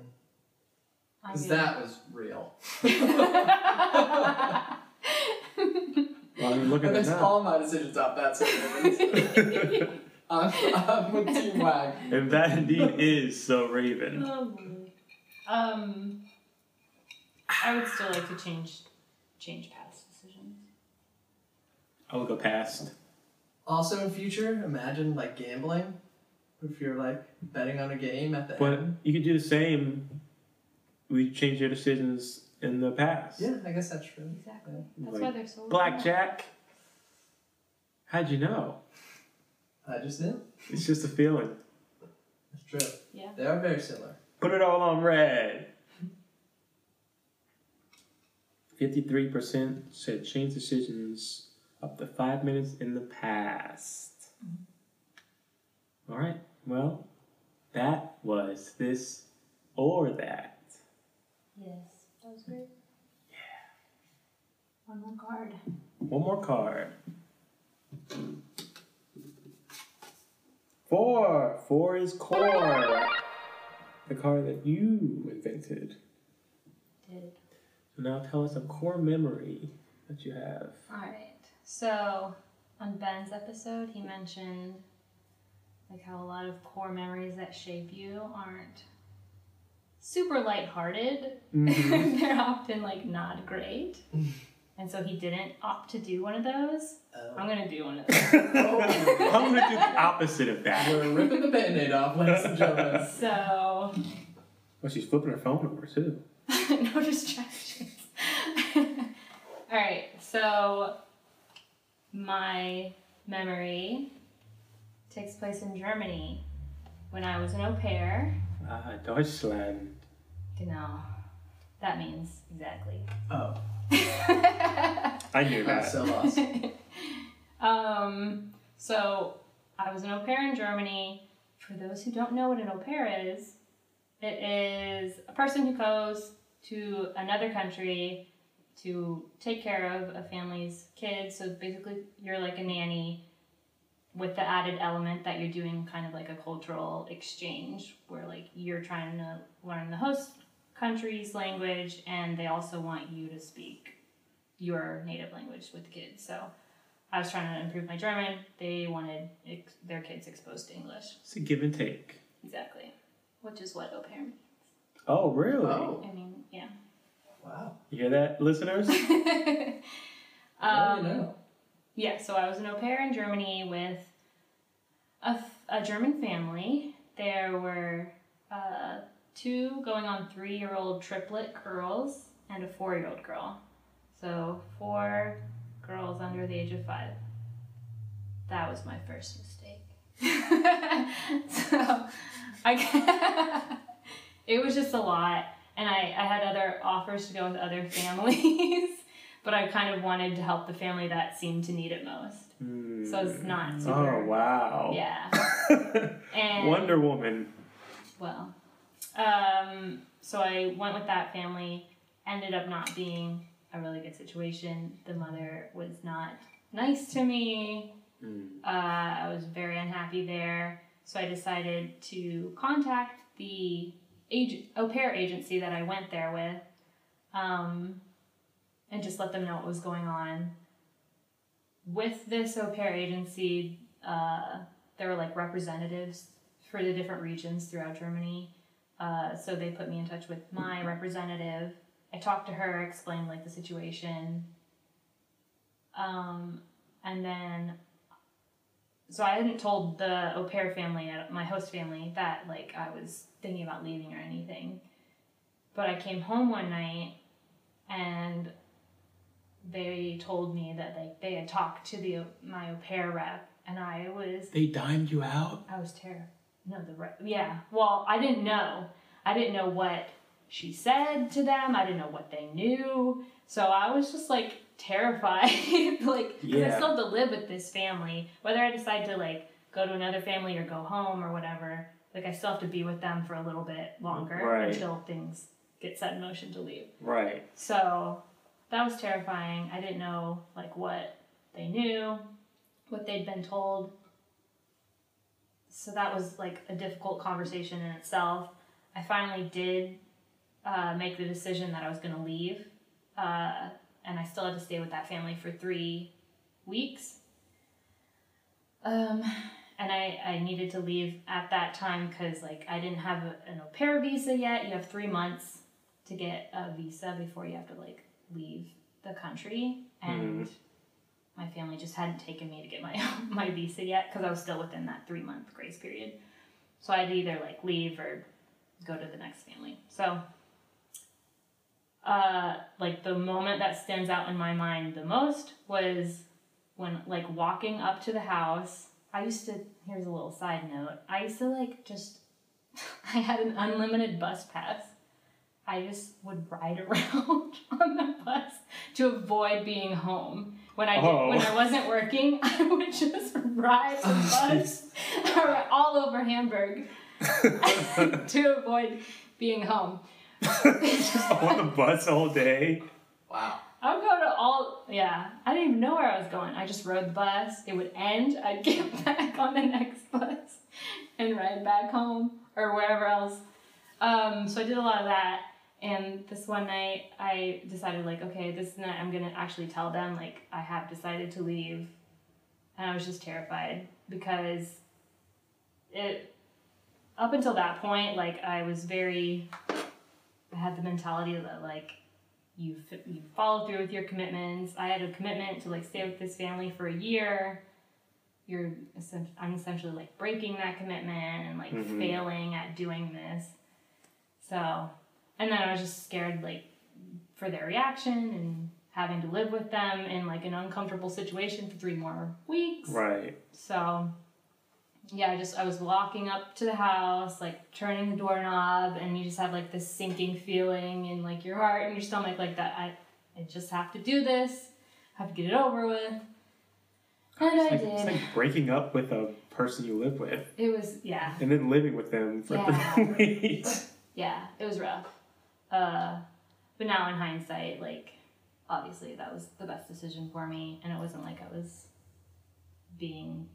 [SPEAKER 2] Because
[SPEAKER 5] mean-
[SPEAKER 2] that was real.
[SPEAKER 3] Well, I mean, look
[SPEAKER 2] I
[SPEAKER 3] at that
[SPEAKER 2] based
[SPEAKER 3] now.
[SPEAKER 2] all my decisions off that. So I'm, I'm with Team Wag.
[SPEAKER 3] And that indeed is so Raven.
[SPEAKER 5] Oh, boy. um, I would still like to change change past decisions.
[SPEAKER 3] I will go past.
[SPEAKER 2] Also in future, imagine like gambling. If you're like betting on a game at the
[SPEAKER 3] But
[SPEAKER 2] end.
[SPEAKER 3] you could do the same. We change your decisions in the past.
[SPEAKER 2] Yeah, I guess that's true.
[SPEAKER 5] Exactly. That's
[SPEAKER 3] That's
[SPEAKER 5] why
[SPEAKER 3] why
[SPEAKER 5] they're so
[SPEAKER 3] Blackjack. How'd you know?
[SPEAKER 2] I just knew.
[SPEAKER 3] It's just a feeling.
[SPEAKER 2] That's true.
[SPEAKER 5] Yeah.
[SPEAKER 2] They are very similar.
[SPEAKER 3] Put it all on red. 53% said change decisions up to five minutes in the past. All right, well, that was this or that.
[SPEAKER 5] Yes, that was great. Yeah. One more card.
[SPEAKER 3] One more card. Four. Four is core. The card that you invented.
[SPEAKER 5] Did.
[SPEAKER 3] So now tell us a core memory that you have.
[SPEAKER 5] All right. So on Ben's episode, he mentioned like how a lot of core memories that shape you aren't super lighthearted. They're often like not great. And so he didn't opt to do one of those. I'm
[SPEAKER 2] Um,
[SPEAKER 5] gonna do one of those.
[SPEAKER 3] I'm gonna do the opposite of that.
[SPEAKER 2] Oh. we're ripping the band-aid off, ladies and gentlemen.
[SPEAKER 5] so
[SPEAKER 3] Well, she's flipping her phone over too.
[SPEAKER 5] no distractions. All right, so my memory takes place in Germany when I was an au pair.
[SPEAKER 3] Ah, Deutschland.
[SPEAKER 5] Genau. That means exactly.
[SPEAKER 2] Oh,
[SPEAKER 3] I knew
[SPEAKER 2] I'm
[SPEAKER 3] that.
[SPEAKER 2] so lost.
[SPEAKER 5] um, so I was an au pair in Germany. For those who don't know what an au pair is, it is a person who goes to another country to take care of a family's kids. So basically, you're like a nanny with the added element that you're doing kind of like a cultural exchange where like you're trying to learn the host country's language and they also want you to speak your native language with the kids. So I was trying to improve my German. They wanted ex- their kids exposed to English.
[SPEAKER 3] It's a give and take.
[SPEAKER 5] Exactly. Which is what au pair means.
[SPEAKER 3] Oh, really?
[SPEAKER 2] Oh,
[SPEAKER 5] I mean, yeah.
[SPEAKER 2] wow.
[SPEAKER 3] You hear that, listeners?
[SPEAKER 2] Now
[SPEAKER 5] Um,
[SPEAKER 2] you know.
[SPEAKER 5] Yeah, so I was an au pair in Germany with a, f- a German family. There were uh, two going on three year old triplet girls and a four year old girl. So, four girls under the age of five. That was my first mistake. so, I, it was just a lot. And I, I had other offers to go with other families, but I kind of wanted to help the family that seemed to need it most.
[SPEAKER 3] Hmm.
[SPEAKER 5] So it's not super.
[SPEAKER 3] Oh, wow.
[SPEAKER 5] Yeah. And
[SPEAKER 3] Wonder Woman.
[SPEAKER 5] well, um, so I went with that family. Ended up not being a really good situation. The mother was not nice to me. Uh, I was very unhappy there. So I decided to contact the agent, au pair agency that I went there with, um, and just let them know what was going on. With this au pair agency, uh, there were like representatives for the different regions throughout Germany. Uh, so they put me in touch with my representative. I talked to her, explained like the situation. Um, and then, so I hadn't told the au pair family, uh, my host family, that like I was thinking about leaving or anything. But I came home one night and they told me that like they had talked to the my au pair rep and I was
[SPEAKER 3] They dimed you out?
[SPEAKER 5] I was terrified. No, the right. Yeah. Well, I didn't know. I didn't know what she said to them. I didn't know what they knew. So I was just like terrified. like, 'cause I
[SPEAKER 3] Yeah.
[SPEAKER 5] still have to live with this family. Whether I decide to like go to another family or go home or whatever, like I still have to be with them for a little bit longer
[SPEAKER 3] Right.
[SPEAKER 5] until things get set in motion to leave.
[SPEAKER 3] Right.
[SPEAKER 5] So that was terrifying. I didn't know like what they knew, what they'd been told. So that was like a difficult conversation in itself. I finally did uh, make the decision that I was going to leave, uh, and I still had to stay with that family for three weeks. Um, and I, I needed to leave at that time because like I didn't have a, an au pair visa yet. You have three months to get a visa before you have to like leave the country, and my family just hadn't taken me to get my my visa yet because I was still within that three month grace period. So I'd either like leave or go to the next family. So. Uh, like the moment that stands out in my mind the most was when like walking up to the house i used to here's a little side note i used to like just i had an unlimited bus pass i just would ride around on the bus to avoid being home when i did,
[SPEAKER 3] Oh.
[SPEAKER 5] when i wasn't working i would just ride the
[SPEAKER 2] Oh,
[SPEAKER 5] bus all over hamburg to avoid being home
[SPEAKER 3] Just on the bus all day.
[SPEAKER 2] Wow.
[SPEAKER 5] I would go to all, yeah. I didn't even know where I was going. I just rode the bus. It would end. I'd get back on the next bus and ride back home or wherever else. Um, so I did a lot of that. And this one night, I decided, like, okay, this night I'm going to actually tell them, like, I have decided to leave. And I was just terrified because it, up until that point, like, I was very, I had the mentality that, like, you f- you follow through with your commitments. I had a commitment to like stay with this family for a year. You're essen- I'm essentially like breaking that commitment and like
[SPEAKER 3] Mhm.
[SPEAKER 5] failing at doing this. So, and then I was just scared like for their reaction and having to live with them in like an uncomfortable situation for three more weeks.
[SPEAKER 3] Right.
[SPEAKER 5] So yeah, I just I was walking up to the house, like turning the doorknob, and you just have like this sinking feeling in like your heart and your stomach, like that I I just have to do this, I have to get it over with. And I
[SPEAKER 3] It's like,
[SPEAKER 5] did.
[SPEAKER 3] it's like breaking up with a person you live with
[SPEAKER 5] it was yeah.
[SPEAKER 3] and then living with them for
[SPEAKER 5] Yeah.
[SPEAKER 3] three weeks.
[SPEAKER 5] yeah, it was rough. Uh, but now in hindsight, like obviously that was the best decision for me, and it wasn't like I was being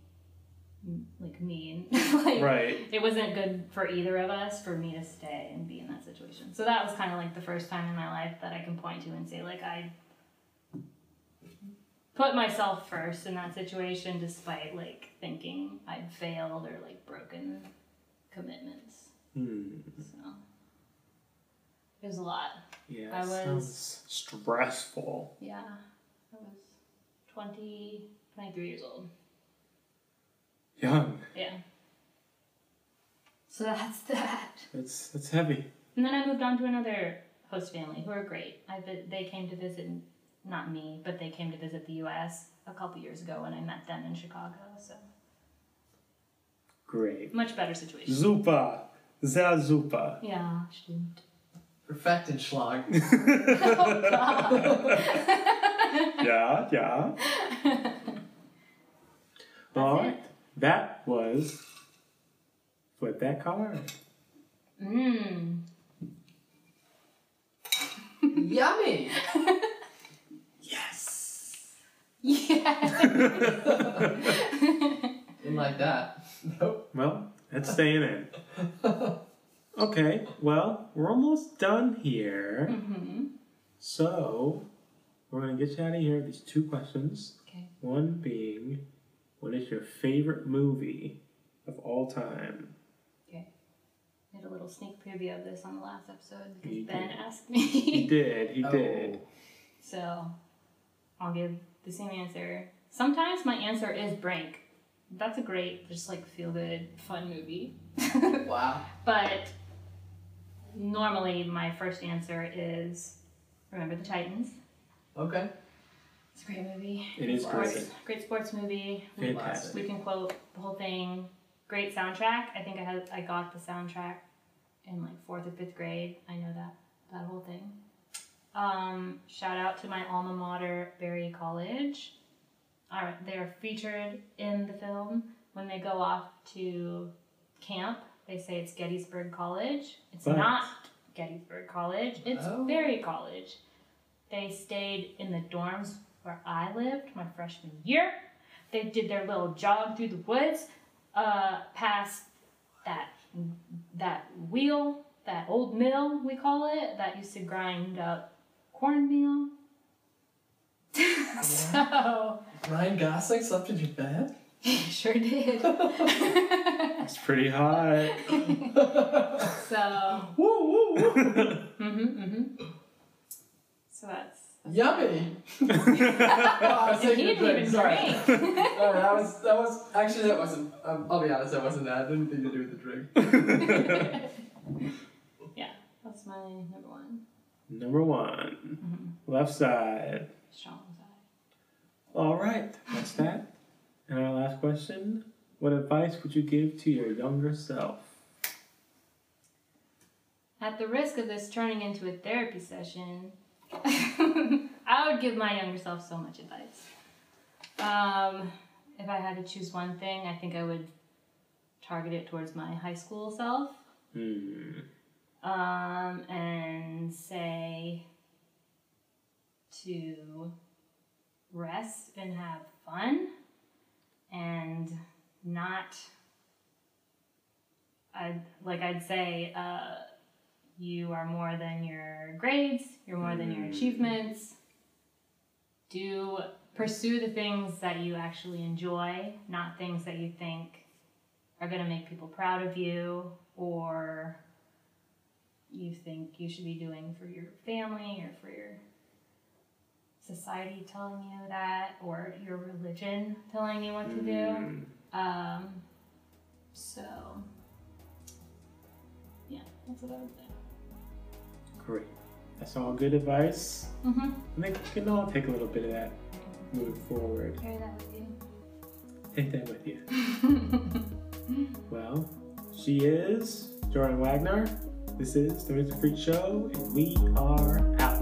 [SPEAKER 5] m- like mean. like,
[SPEAKER 3] Right.
[SPEAKER 5] It wasn't good for either of us for me to stay and be in that situation. So that was kind of like the first time in my life that I can point to and say like I put myself first in that situation despite like thinking I'd failed or like broken commitments.
[SPEAKER 3] Hmm.
[SPEAKER 5] So it was a lot.
[SPEAKER 3] Yeah.
[SPEAKER 5] I
[SPEAKER 3] it
[SPEAKER 5] was-
[SPEAKER 3] sounds stressful.
[SPEAKER 5] Yeah. I was 20, 23 years old.
[SPEAKER 3] Young.
[SPEAKER 5] Yeah. So that's that.
[SPEAKER 3] That's that's heavy.
[SPEAKER 5] And then I moved on to another host family who are great. I vi- they came to visit, not me, but they came to visit the U.S. a couple years ago when I met them in Chicago. So
[SPEAKER 3] Great.
[SPEAKER 5] much better situation.
[SPEAKER 3] Zupa. Zazupa.
[SPEAKER 5] Yeah. stimmt.
[SPEAKER 2] Perfektenschlag.
[SPEAKER 3] Yeah, yeah. All right. That was flip that color.
[SPEAKER 5] Mmm.
[SPEAKER 2] Yummy.
[SPEAKER 5] Yeah.
[SPEAKER 2] Didn't like that. Nope.
[SPEAKER 3] Well, that's staying in. Okay, well, we're almost done here.
[SPEAKER 5] mm-hmm.
[SPEAKER 3] So, we're going to get you out of here with these two questions.
[SPEAKER 5] Okay.
[SPEAKER 3] One being, what is your favorite movie of all time?
[SPEAKER 5] little sneak preview of this on the last episode because
[SPEAKER 3] You
[SPEAKER 5] Ben
[SPEAKER 3] did.
[SPEAKER 5] asked
[SPEAKER 3] He
[SPEAKER 5] me.
[SPEAKER 3] did. He did.
[SPEAKER 5] so I'll give the same answer. Sometimes my answer is Brank. That's a great, just like feel good, fun movie.
[SPEAKER 2] Wow.
[SPEAKER 5] but normally my first answer is Remember the Titans.
[SPEAKER 2] Okay.
[SPEAKER 5] It's a great movie.
[SPEAKER 3] It is
[SPEAKER 2] Wow.
[SPEAKER 5] Sports,
[SPEAKER 3] great.
[SPEAKER 5] great sports movie.
[SPEAKER 3] Fantastic.
[SPEAKER 5] We can quote the whole thing. Great soundtrack. I think I had I got the soundtrack in like fourth or fifth grade. I know that that whole thing. Um, shout out to my alma mater, Berry College. Are they are featured in the film when they go off to camp? They say it's Gettysburg College. It's
[SPEAKER 3] But-
[SPEAKER 5] not Gettysburg College. It's
[SPEAKER 2] Oh.
[SPEAKER 5] Berry College. They stayed in the dorms where I lived my freshman year. They did their little jog through the woods, uh, past that that wheel, that old mill we call it, that used to grind up cornmeal. so
[SPEAKER 2] Ryan Gosling slept in your bed?
[SPEAKER 5] he sure did.
[SPEAKER 3] It's pretty hot.
[SPEAKER 5] so
[SPEAKER 2] Woo, woo, woo.
[SPEAKER 5] hmm hmm So that's
[SPEAKER 2] Yummy. Oh, I was
[SPEAKER 5] and he didn't
[SPEAKER 2] thinking of drink,
[SPEAKER 5] even
[SPEAKER 2] sorry.
[SPEAKER 5] drink.
[SPEAKER 2] All right, that was that was actually that wasn't. Um, I'll be honest, that wasn't that. It had Anything to do with the drink.
[SPEAKER 5] that's my number one.
[SPEAKER 3] Number one, left side.
[SPEAKER 5] Strong side.
[SPEAKER 3] All right, that's that. And our last question: What advice would you give to your younger self?
[SPEAKER 5] At the risk of this turning into a therapy session, I would give my younger self so much advice. Um, if I had to choose one thing, I think I would target it towards my high school self
[SPEAKER 3] Hmm.
[SPEAKER 5] um, and say to rest and have fun and not I'd, like i'd say uh, you are more than your grades you're more than your
[SPEAKER 3] Mm.
[SPEAKER 5] achievements do pursue the things that you actually enjoy not things that you think are going to make people proud of you or you think you should be doing for your family or for your society telling you that or your religion telling you what to do.
[SPEAKER 3] Hmm.
[SPEAKER 5] Um, so, yeah, that's what I would say.
[SPEAKER 3] Great. That's all good advice.
[SPEAKER 5] Mm-hmm.
[SPEAKER 3] I think we can all take a little bit of that moving forward.
[SPEAKER 5] Carry that with you.
[SPEAKER 3] Take that with you. Well, she is Jordan Wagner. This is the Mr. Freak Show, and we are out.